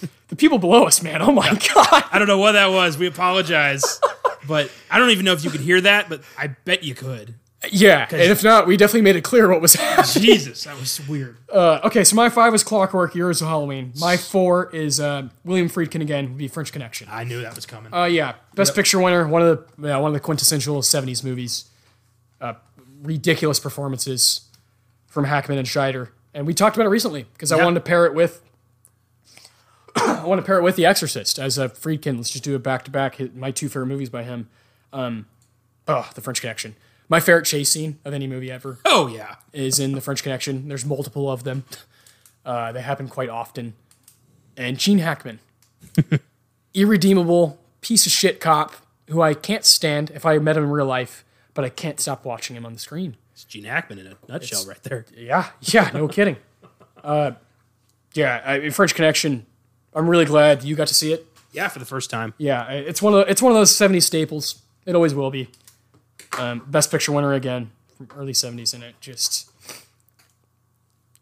the people below us, man. Oh my god.
I don't know what that was. We apologize. but I don't even know if you could hear that, but I bet you could.
Yeah, and if not, we definitely made it clear what was happening.
Jesus, that was weird.
Uh, okay, so my five is clockwork. Yours is Halloween. My four is uh, William Friedkin again. Would be French Connection.
I knew that was coming.
Uh, yeah, best picture winner. One of the yeah, one of the quintessential '70s movies. Uh, ridiculous performances from Hackman and Scheider, and we talked about it recently because I
Yeah.
wanted to pair it with. I want to pair it with The Exorcist as a Friedkin. Let's just do it back to back. hit My two favorite movies by him. Um, oh, The French Connection. My favorite chase scene of any movie ever
oh yeah.
is in the French Connection. There's multiple of them. Uh, they happen quite often. And Gene Hackman, irredeemable piece of shit cop who I can't stand if I met him in real life, but I can't stop watching him on the screen.
It's Gene Hackman in a nutshell right there.
Yeah, yeah, no kidding. Uh, yeah, I, mean, French Connection. I'm really glad you got to see it.
Yeah, for the first time.
Yeah, I- it's one of the, it's one of those '70s staples. It always will be. Um, Best Picture winner again from early '70s, and it just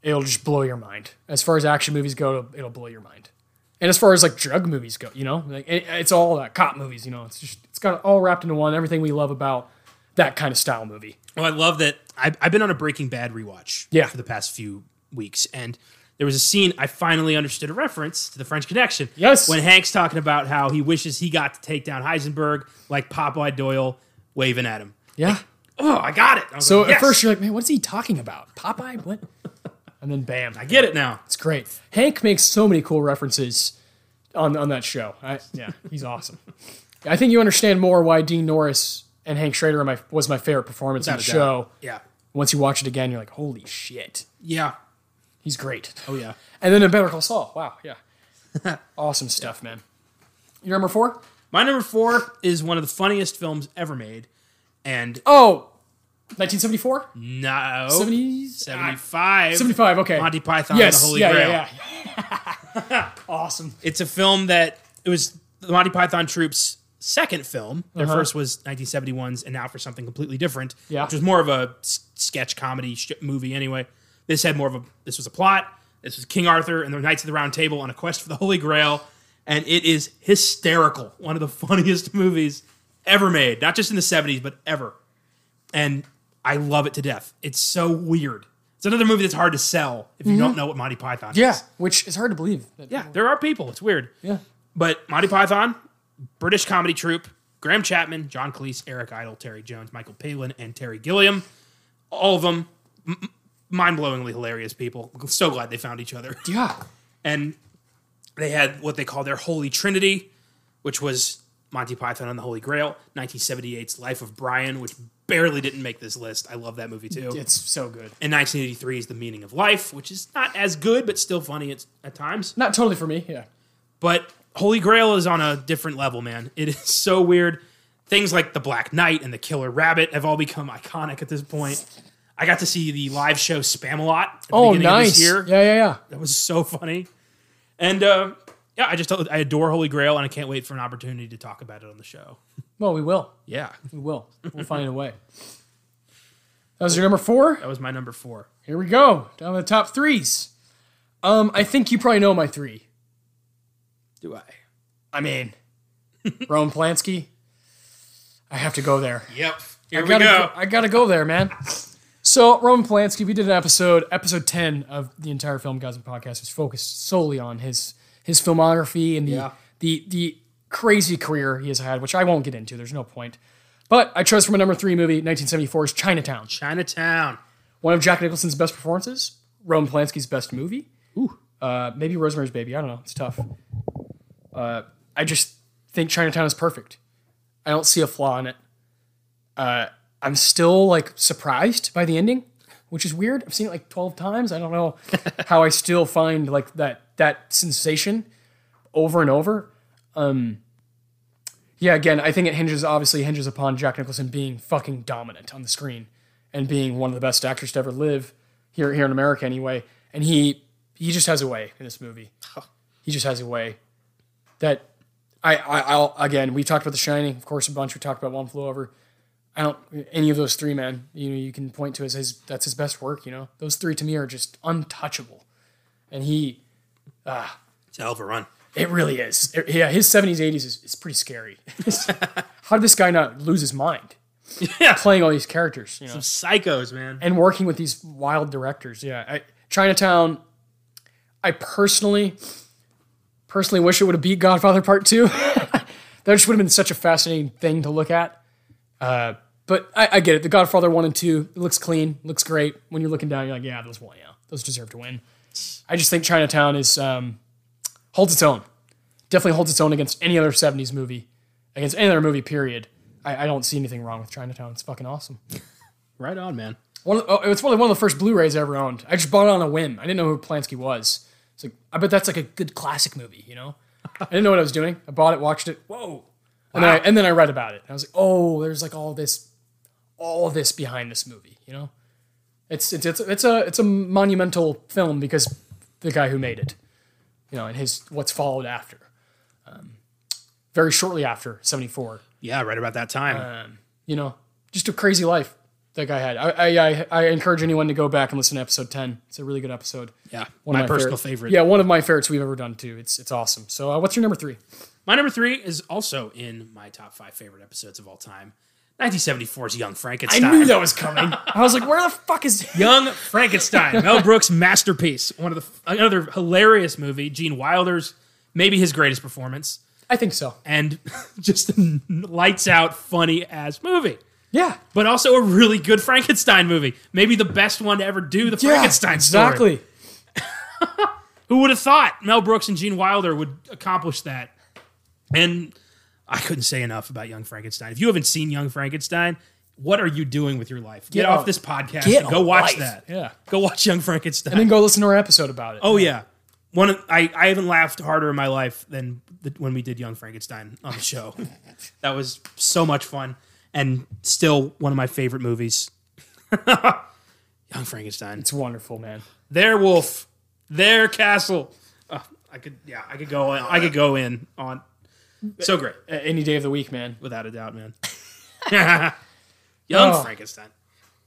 it'll just blow your mind. As far as action movies go, it'll, it'll blow your mind. And as far as like drug movies go, you know, like it, it's all that cop movies. You know, it's just it's got it all wrapped into one. Everything we love about that kind of style movie.
Well, Oh, I love that. I, I've been on a Breaking Bad rewatch
Yeah.
for the past few weeks, and there was a scene I finally understood a reference to the French Connection.
Yes.
when Hank's talking about how he wishes he got to take down Heisenberg like Popeye Doyle waving at him.
Yeah.
Oh, I got it. I was
So
like,
at
yes,
first you're like, man, what's he talking about? Popeye? What? and then bam,
I get it now.
It's great. Hank makes so many cool references on on that show. I, yeah, he's awesome. I think you understand more why Dean Norris and Hank Schrader are my, was my favorite performance in the
Without a
show.
doubt. Yeah,
Once you watch it again, you're like, holy shit,
yeah.
he's great.
Oh yeah.
And then in Better Call Saul, wow, yeah, awesome stuff, man. Your number four?
My number four is one of the funniest films ever made, and
Oh, 1974,
no,
70s, Ah,
75.
75, Okay,
Monty Python
yes,
and the Holy
yeah,
Grail.
yeah, yeah. awesome.
It's a film that it was the Monty Python Troupe's second film. Their first was 1971's, and now for something completely different,
Uh-huh. Yeah.
which was more of a s- sketch comedy sh- movie. Anyway, this had more of a this was a plot. This was King Arthur and the Knights of the Round Table on a quest for the Holy Grail, and it is hysterical. One of the funniest movies ever made, not just in the 70s, but ever. And I love it to death. It's so weird. It's another movie that's hard to sell if you don't know what Monty Python
Mm-hmm. Yeah,
is.
which is hard to believe. that-
Yeah, there are people. It's weird.
yeah.
But Monty Python, British comedy troupe, Graham Chapman, John Cleese, Eric Idle, Terry Jones, Michael Palin, and Terry Gilliam. All of them mind blowingly hilarious people. So glad they found each other.
Yeah.
And they had what they call their Holy Trinity, which was Monty Python and the Holy Grail, 1978's Life of Brian, which barely didn't make this list. I love that movie too.
It's so good.
And 1983 is The Meaning of Life, which is not as good, but still funny at, at times.
Not totally for me. Yeah.
But Holy Grail is on a different level, man. It is so weird. Things like the Black Knight and the Killer Rabbit have all become iconic at this point. I got to see the live show Spamalot at the
Oh,
beginning of
nice.
this year.
Yeah, yeah, yeah.
That was so funny. And uh, yeah, I just I adore Holy Grail, and I can't wait for an opportunity to talk about it on the show.
Well, we will.
Yeah,
We will. We'll find a way. That was your number four.
that was my number four.
Here we go. Down to the top threes. Um, I think you probably know my three.
Do I?
I mean, Roman Polanski. I have to go there.
Yep. Here
I
we
gotta
go.
I gotta go there, man. So Roman Polanski, we did an episode, episode ten of the entire Film Guys and Podcast was focused solely on his his filmography and the
Yeah.
the the crazy career he has had, which I won't get into. There's no point. But I chose from a number three movie, 1974's Chinatown.
Chinatown.
One of Jack Nicholson's best performances, Roman Polanski's best movie. Uh, maybe Rosemary's Baby. I don't know. It's tough. Uh, I just think Chinatown is perfect. I don't see a flaw in it. Uh, I'm still like surprised by the ending, which is weird. I've seen it like 12 times. I don't know how I still find like that that sensation over and over. Um, yeah, again, I think it hinges obviously hinges upon Jack Nicholson being fucking dominant on the screen and being one of the best actors to ever live here here in America anyway. And he he just has a way in this movie. He just has a way that I, I I'll again we talked about The Shining of course a bunch. We talked about One Flew Over. I don't any of those three man you know you can point to as his that's his best work. You know those three to me are just untouchable. and he
It's a hell of a run.
It really is. It- yeah, his 70s, 80s is, is pretty scary. How did this guy not lose his mind
Yeah.
playing all these characters, you know,
Psychos, man.
and working with these wild directors? Yeah, I, Chinatown. I personally, personally wish it would have beat Godfather Part Two. that just would have been such a fascinating thing to look at. Uh, but I, I get it. The Godfather One and Two it looks clean, looks great. When you're looking down, you're like, yeah, those won. Yeah, those deserve to win. I just think Chinatown is um, holds its own. Definitely holds its own against any other '70s movie, against any other movie. Period. I, I don't see anything wrong with Chinatown. It's fucking awesome.
Right on, man.
One of the, oh, it was probably one of the first Blu-rays I ever owned. I just bought it on a whim. I didn't know who Polanski was. It's like I bet that's like a good classic movie, you know? I didn't know what I was doing. I bought it, watched it. Whoa. And then I, and then I read about it. I was like, "Oh, there's like all this all this behind this movie, you know?" It's it's it's, it's a it's a monumental film because the guy who made it, you know, and his what's followed after. Um, very shortly after 74
Yeah, right about that
Uh,
time.
you know, just a crazy life that guy had. I I, I, I encourage anyone to go back and listen to episode ten. It's a really good episode.
yeah.
One of
my, personal
favorite-
favorite.
Yeah, one of my favorites we've ever done too. It's it's awesome. So uh, what's your number three?
My number three is also in my top five favorite episodes of all time. 1974's Young Frankenstein.
was coming. I was like, where the fuck is?
Young Frankenstein, Mel Brooks' masterpiece. One of the another hilarious movie. Gene Wilder's maybe his greatest performance,
I think so.
and just a lights out, funny ass movie.
Yeah,
But also a really good Frankenstein movie. Maybe the best one to ever do the Frankenstein story.
Exactly.
Who would have thought Mel Brooks and Gene Wilder would accomplish that? And I couldn't say enough about Young Frankenstein. If you haven't seen Young Frankenstein, what are you doing with your life? Get,
Get
off
on-
this podcast
get
and go
on
watch
life.
that.
Yeah.
Go watch Young Frankenstein.
Then go listen to our episode about it.
oh yeah. One of, I, I haven't laughed harder in my life than the, when we did Young Frankenstein on the show. that was so much fun and still one of my favorite movies. Young Frankenstein.
it's wonderful, man.
Their wolf, their castle. Uh, I could, yeah, I could go. I could go in on. So great,
A- Any day of the week, man.
without a doubt, man. Young
Oh.
Frankenstein.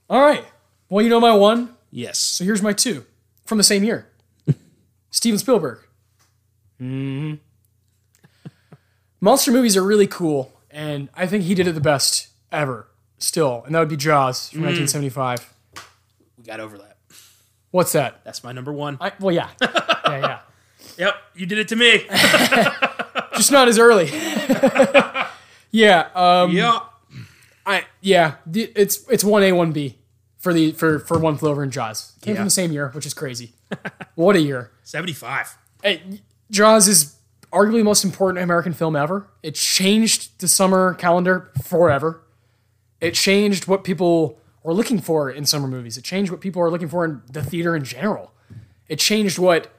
All right. Well, you know my one.
Yes.
So here's my two from the same year. Steven Spielberg. Mm-hmm. Monster movies are really cool, and I think he did it the best ever, still. And that would be Jaws from 1975.
We got overlap.
What's that?
That's my number one.
I, well, yeah. yeah, yeah.
Yep, you did it to me.
Just not as early. yeah. Um,
yep.
I yeah, the- it's it's one A one B for the for for one Flew Over and Jaws came
Yeah.
from the same year, which is crazy. what a year!
Seventy-five.
Hey, Jaws is arguably the most important American film ever. It changed the summer calendar forever. It changed what people were looking for in summer movies. It changed what people are looking for in the theater in general. It changed what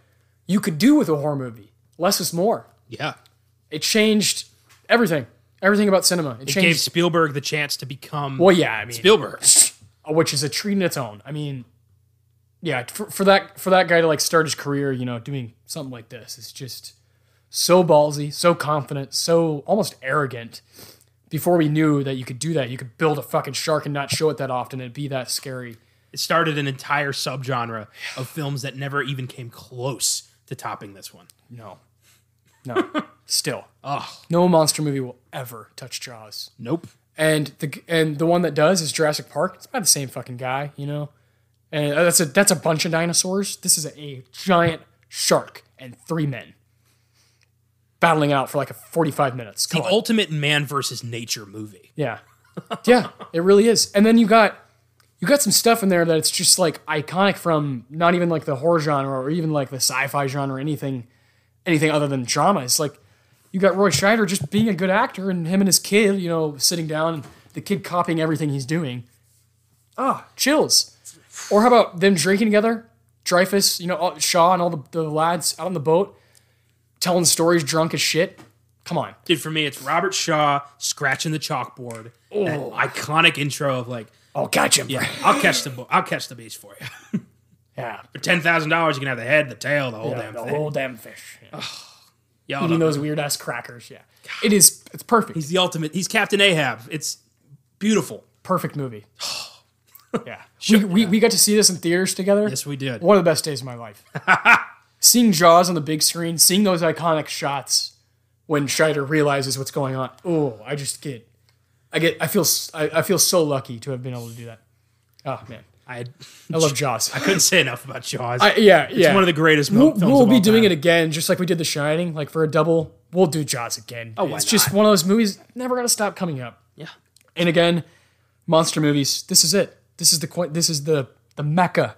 you could do with a horror movie. Less is more.
Yeah.
It changed everything. Everything about cinema. It,
Gave
changed.
Spielberg the chance to become
well, yeah, I mean,
Spielberg.
which is a treat in its own. I mean, yeah, for, for that for that guy to like start his career, you know, doing something like this is just so ballsy, so confident, so almost arrogant. Before we knew that you could do that, you could build a fucking shark and not show it that often and be that scary.
It started an entire subgenre of films that never even came close to topping this one.
No, no, still,
Oh,
no monster movie will ever touch Jaws.
nope.
and the and the one that does is Jurassic Park. It's by the same fucking guy, you know. And that's a that's a bunch of dinosaurs. This is a, giant shark and three men battling out for like a forty five minutes. Come
The
on.
ultimate man versus nature movie.
yeah, yeah, it really is. And then you got you got some stuff in there that it's just like iconic from not even like the horror genre or even like the sci fi genre or anything anything other than drama. It's like you got Roy Scheider just being a good actor and him and his kid, you know, sitting down and the kid copying everything he's doing. Ah, chills. Or how about them drinking together? Dreyfus, you know, all- Shaw and all the, the lads out on the boat telling stories drunk as shit. Come on.
Dude, for me, it's Robert Shaw scratching the chalkboard. That iconic intro of like,
Oh, gotcha. Yeah.
I'll catch the bo- I'll catch the beast for you.
Yeah.
For ten thousand dollars, you can have the head, the tail, the whole damn
the
thing.
whole damn fish. Yeah.
Y'all
Eating
know.
those weird ass crackers. Yeah. It is, it's perfect.
He's the ultimate. He's Captain Ahab. It's beautiful.
perfect movie. yeah. We, we, we got to see this in theaters together.
Yes, we did.
One of the best days of my life. seeing Jaws on the big screen, seeing those iconic shots when Scheider realizes what's going on. Oh, I just get, I get, I feel, s- I, I feel so lucky to have been able to do that. Oh man,
I
I love Jaws. I,
couldn't say enough about Jaws.
yeah, yeah.
It's one of the greatest mo-
We'll,
films.
we'll
of
be
all
doing
time.
it again, just like we did The Shining. Like for a double, we'll do Jaws again. Oh,
why
it's just
not?
one of those movies never gonna stop coming up.
Yeah.
And again, monster movies. This is it. This is the coin. This is the the mecca,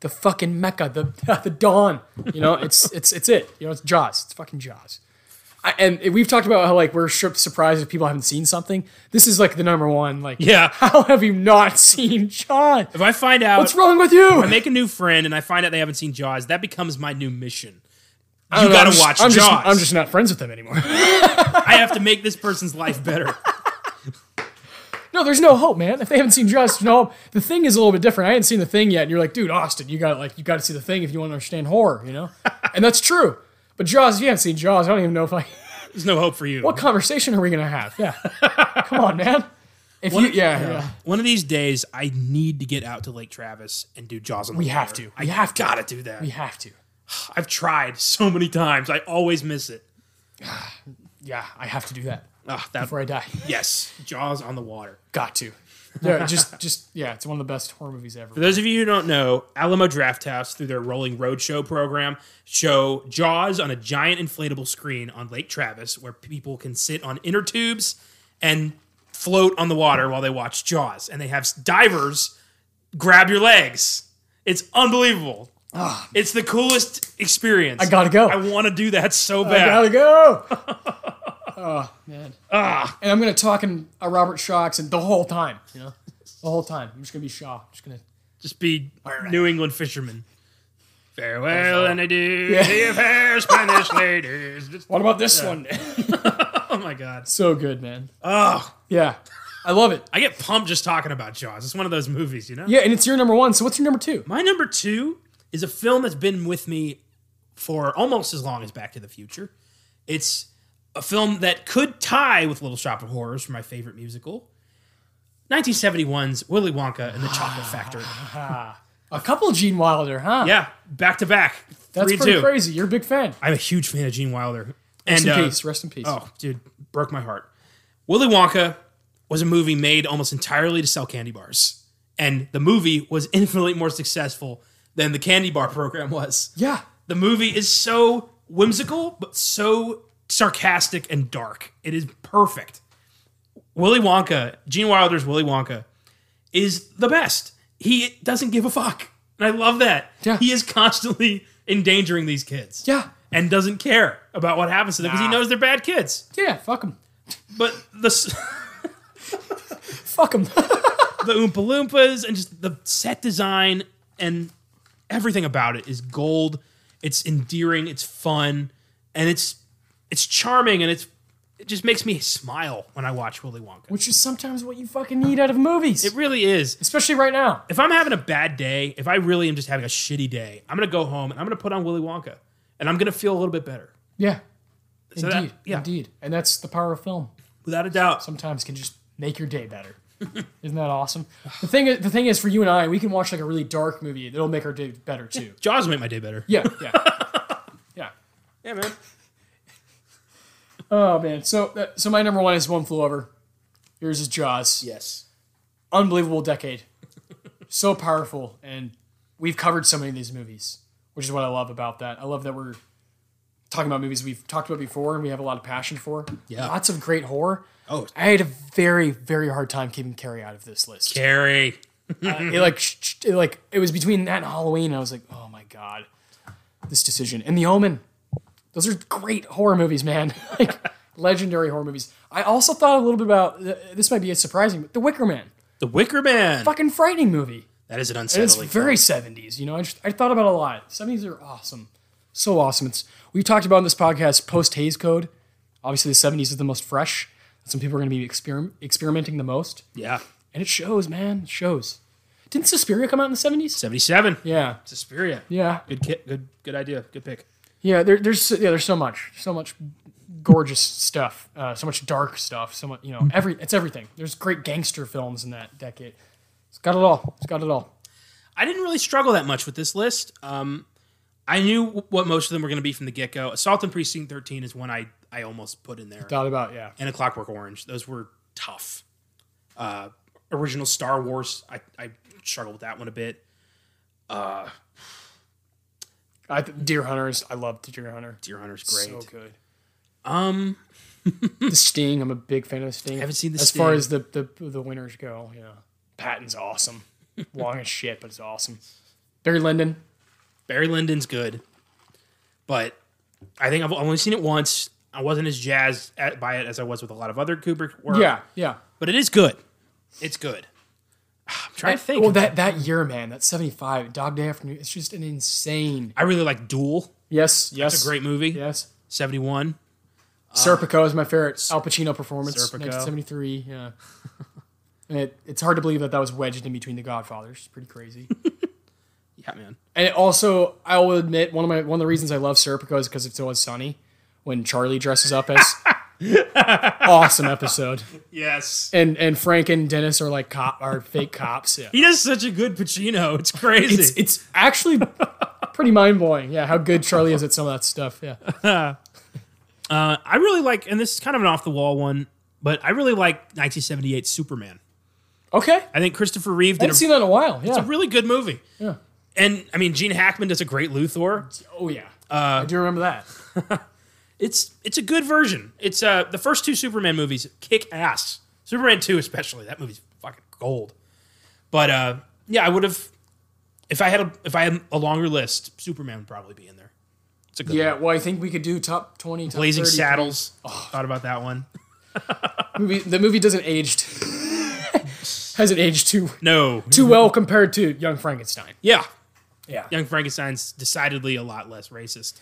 the fucking mecca, the the dawn. You know, it's it's it's it. You know, it's Jaws. It's fucking Jaws. I, and we've talked about how like we're sur- surprised if people haven't seen something. This is like the number one. Like,
Yeah.
how have you not seen Jaws?
If I find out
What's wrong with you?
I make a new friend and I find out they haven't seen Jaws, that becomes my new mission.
I
You
don't know, I'm
gotta
just-
watch
I'm
Jaws.
Just, I'm just not friends with them anymore.
I have to make this person's life better.
No, there's no hope, man. If they haven't seen Jaws, there's no hope. The thing is a little bit different. I hadn't seen the thing yet, and you're like, dude, Austin, you got to like, you got to see the thing if you want to understand horror, you know. and that's true. But Jaws, if you haven't seen Jaws, I don't even know if I.
There's no hope for you.
What conversation are we gonna have? Yeah, come on, man. If you, yeah, yeah.
One of these days, I need to get out to Lake Travis and do Jaws on the
we have to.
water.
We
I
have to.
gotta do that.
We have to.
I've tried so many times. I always miss it.
Yeah, I have to do that
Ah, that,
before I die.
yes, Jaws on the water.
Got to. Yeah, just, just yeah. It's one of the best horror movies ever.
For those of you who don't know, Alamo Drafthouse, through their rolling roadshow program, show Jaws on a giant inflatable screen on Lake Travis, where people can sit on inner tubes and float on the water while they watch Jaws. And they have divers grab your legs. It's unbelievable. it's the coolest experience.
Ah. I gotta go.
I want to do that so
I
bad.
gotta go. oh man.
Ah.
And I'm gonna talk in a Robert Shaw's and the whole time, you know, the whole time. I'm just gonna be Shaw. I'm just gonna.
Just be
right.
New England fishermen. Farewell, and adieu, dear fair Spanish ladies. Just-
What about this one?
oh my God.
so good, man.
Oh.
Yeah, I love it.
I get pumped just talking about Jaws. It's one of those movies, you know?
Yeah, and it's your number one. So what's your number two?
My number two is a film that's been with me for almost as long as Back to the Future. It's a film that could tie with Little Shop of Horrors for my favorite musical. 1971's Willy Wonka and the Chocolate Factory.
A couple Gene Wilder, huh?
Yeah, back to back.
that's
3
pretty
2.
crazy. You're a big fan.
I'm a huge fan of Gene Wilder. and
Rest in
uh,
peace. Rest in peace.
Oh, dude, broke my heart. Willy Wonka was a movie made almost entirely to sell candy bars, and the movie was infinitely more successful than the candy bar program was.
Yeah,
The movie is so whimsical, but so sarcastic and dark. It is perfect. Willy Wonka, Gene Wilder's Willy Wonka, is the best. He doesn't give a fuck. And I love that.
Yeah.
He is constantly endangering these kids.
yeah,
And doesn't care about what happens to them because he
Nah.
knows they're bad kids.
yeah. Fuck him.
But the s-
Fuck him.
the Oompa Loompas and just the set design and everything about it is gold. It's endearing. It's fun, and it's it's charming, and it's it just makes me smile when I watch Willy Wonka.
Which is sometimes what you fucking need out of movies,
It really is.
especially right now.
If I'm having a bad day, if I really am just having a shitty day, I'm gonna go home and I'm gonna put on Willy Wonka, and I'm gonna feel a little bit better.
Yeah.
So
Indeed.
that- yeah.
Indeed. And that's the power of film.
Without a doubt,
sometimes can just make your day better. Isn't that awesome? The thing, the thing is, for you and I, we can watch like a really dark movie that'll make our day better too.
Jaws will make my day better.
Yeah, yeah, yeah.
Yeah, man.
Oh man, so that, so my number one is One Flew Over. Yours is Jaws.
Yes.
Unbelievable decade, so powerful, and we've covered so many of these movies, which is what I love about that. I love that we're talking about movies we've talked about before and we have a lot of passion for.
Yeah.
lots of great horror.
Oh,
I had a very, very hard time keeping Carrie out of this list.
Carrie.
it like sh- sh- it like it was between that and Halloween. And I was like, oh my god, this decision and The Omen. Those are great horror movies, man. like legendary horror movies. I also thought a little bit about th- this. Might be surprising, but The Wicker Man,
The Wicker Man.
fucking frightening movie.
That is an
And it's
unsettling.
very seventies. You know, I just I thought about it a lot. Seventies are awesome, so awesome. It's we've talked about in this podcast post Hays Code. Obviously, the seventies is the most fresh. Some people are going to be experim- experimenting the most,
yeah.
and it shows, man. It shows. Didn't Suspiria come out in the seventies?
Seventy-seven.
Yeah,
Suspiria.
yeah,
Good kit. Good. Good idea. Good pick.
yeah. There, there's yeah, there's so much, so much gorgeous stuff, uh, so much dark stuff, so much you know every it's everything. There's great gangster films in that decade. It's got it all. It's got it all.
I didn't really struggle that much with this list. Um, I knew w- what most of them were going to be from the get go. Assault on Precinct 13 is one I, I almost put in there.
Thought about yeah.
And A Clockwork Orange. Those were tough. Uh, original Star Wars, I, I struggled with that one a bit.
I th- Deer Hunters. I love the Deer Hunter.
Deer Hunter's great.
So good.
um,
The Sting. I'm a big fan of the Sting. I
haven't seen The
as far
Sting.
as the, the the winners go. Yeah, Patton's awesome. Long as shit, but it's awesome. Barry Lyndon.
Barry Lyndon's good, but I think I've only seen it once. I wasn't as jazzed at, by it as I was with a lot of other Kubrick work.
Yeah, yeah.
but it is good. It's good. I'm trying to think.
Well, that that year, man, that '75 Dog Day Afternoon. It's just an insane.
I really like Duel.
Yes, yes.
It's a great movie.
Yes.
Seventy one.
Uh, Serpico is my favorite Al Pacino performance,
Serpico.
1973. Yeah. and it, it's hard to believe that that was wedged in between The Godfathers. Pretty crazy.
Yeah, man.
and it also, I will admit, one of my one of the reasons I love Serpico is because it's always sunny when Charlie dresses up as. awesome episode.
Yes.
And and Frank and Dennis are like cop are fake cops. Yeah.
He does such a good Pacino. It's crazy.
It's it's actually pretty mind blowing. Yeah, how good Charlie is at some of that stuff. Yeah.
uh, I really like, and this is kind of an off the wall one, but I really like 1978 Superman.
Okay.
I think Christopher Reeve
I
did
haven't
a
seen that in a while. Yeah.
really good movie.
Yeah.
And I mean, Gene Hackman does a great Luthor.
oh yeah. I do remember that.
it's it's a good version. It's uh the first two Superman movies kick ass. Superman two especially that movie's fucking gold. But uh yeah, I would have if I had a if I had a longer list, Superman would probably be in there. It's a good
Yeah,
one.
well, I think we could do top twenty. Top
Blazing
30.
Saddles. Oh, Thought about that one.
Movie, the movie doesn't age. t- hasn't aged too
No.
too well compared to Young Frankenstein.
Yeah.
Yeah.
Young Frankenstein's decidedly a lot less racist.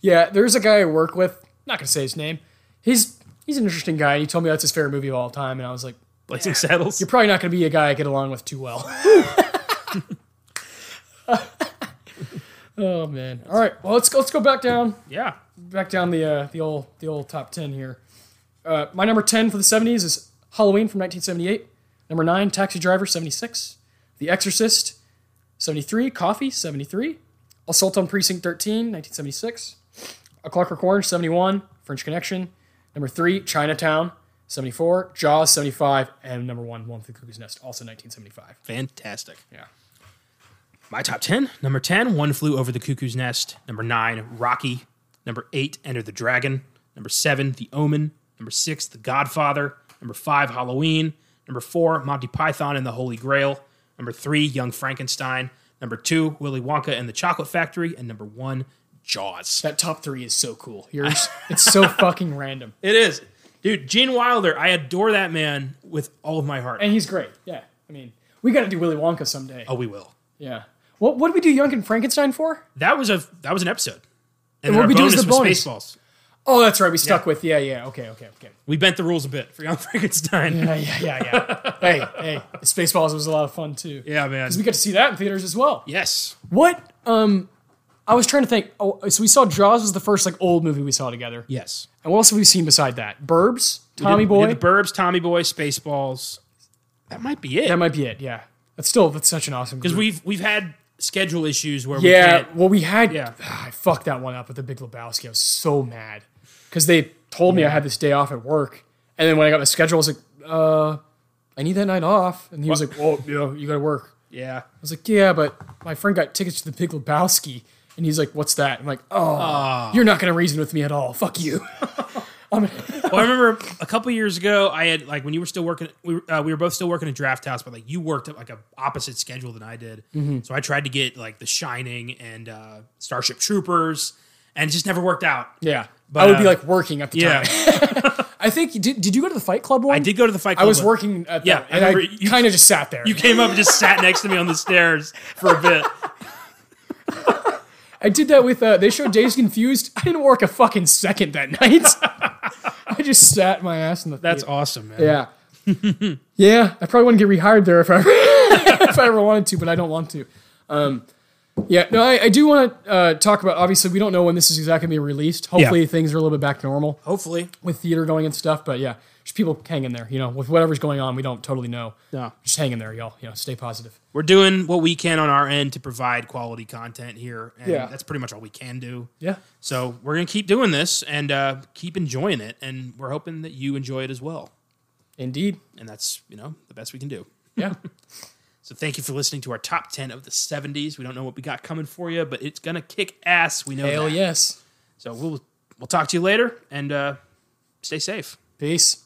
Yeah. There's a guy I work with. Not gonna say his name. He's he's an interesting guy. He told me that's his favorite movie of all time, and I was like,
Blazing Saddles.
you're probably not gonna be a guy I get along with too well. oh man. All right. Well, let's go. Let's go back down.
Yeah.
back down the uh, the old the old top ten here. Uh, my number ten for the seventies is Halloween from nineteen seventy eight. Number nine, Taxi Driver seventy six. The Exorcist seventy three. Coffee seventy three. Assault on Precinct 13, 1976. A Clockwork Orange, 71. French Connection. Number three, Chinatown, 74. Jaws, 75. And number one, One Flew Cuckoo's Nest, also 1975.
Fantastic.
Yeah.
My top 10. Number 10, One Flew Over the Cuckoo's Nest. Number 9, Rocky. Number 8, Enter the Dragon. Number 7, The Omen. Number 6, The Godfather. Number 5, Halloween. Number 4, Monty Python and the Holy Grail. Number 3, Young Frankenstein. Number 2, Willy Wonka and the Chocolate Factory. And number 1, Jaws.
That top three is so cool. Yours, it's so fucking random.
It is. Dude, Gene Wilder, I adore that man with all of my heart.
And he's great. Yeah. I mean, we got to do Willy Wonka someday.
oh, we will.
Yeah. What what did we do Young and Frankenstein for?
That was a that was an episode. And, then
what
our
we do is the
was Spaceballs.
Oh, that's right. We stuck with yeah, yeah. Okay, okay, okay.
We bent the rules a bit for Young Frankenstein.
Yeah, yeah, yeah. yeah. hey, hey. Spaceballs was a lot of fun too.
Yeah, man.
We got to see that in theaters as well.
Yes.
What? Um, I was trying to think. Oh, so we saw Jaws was the first like old movie we saw together.
Yes.
And what else have we seen beside that? Burbs, Tommy Boy.
the Burbs, Tommy Boy, Spaceballs. That might be
that
it.
might be it. Yeah. That's still that's such an awesome.
Because
group.
we've we've had schedule issues where we
yeah.
can't.
Well, we had. ah,
Yeah.
I fucked that one up with the Big Lebowski. I was so mad because they told me I had this day off at work, and then when I got my schedule, I was like, "Uh, I need that night off," and he was like, "Well, you know, you got to work."
Yeah.
I was like, "Yeah, but my friend got tickets to the Big Lebowski," and he's like, "What's that?" I'm like, "Oh,
Ah.
you're not gonna reason with me at all. Fuck you."
Well, I remember a couple years ago, I had like when you were still working, we were, uh, we were both still working at Draft House, but like you worked at like a opposite schedule than I did.
Mm-hmm.
So I tried to get like The Shining and uh, Starship Troopers, and it just never worked out.
Yeah,
But,
I would
uh,
be like working at the
Yeah,
time. I think did, did you go to the Fight Club one?
I did go to the fight.
I
Club
was
one.
working at
Yeah,
yeah,
I
and I,
remember you-
kind of just sat there.
You came up and just sat next to me on the stairs for a bit.
I did that with uh, they showed Days Confused. I didn't work a fucking second that night. I just sat my ass in the.
That's
theater.
awesome, man.
yeah, yeah. I probably wouldn't get rehired there if I if I ever wanted to, but I don't want to. Um, yeah, no, I, I do want to uh, talk about. Obviously, we don't know when this is exactly going to be released. Hopefully, things are a little bit back to normal
Hopefully,
with theater going and stuff. But yeah, should just people hang in there. You know, with whatever's going on, we don't totally know.
No.
Just hang in there, y'all. You know, stay positive.
We're doing what we can on our end to provide quality content here, and
Yeah.
that's pretty much all we can do.
Yeah.
So we're gonna keep doing this and uh, keep enjoying it, and we're hoping that you enjoy it as well.
Indeed.
And that's you know the best we can do.
Yeah.
So thank you for listening to our top ten of the '70s. We don't know what we got coming for you, but it's gonna kick ass. We know.
Hell
that.
yes.
So we'll we'll talk to you later, and uh, stay safe.
Peace.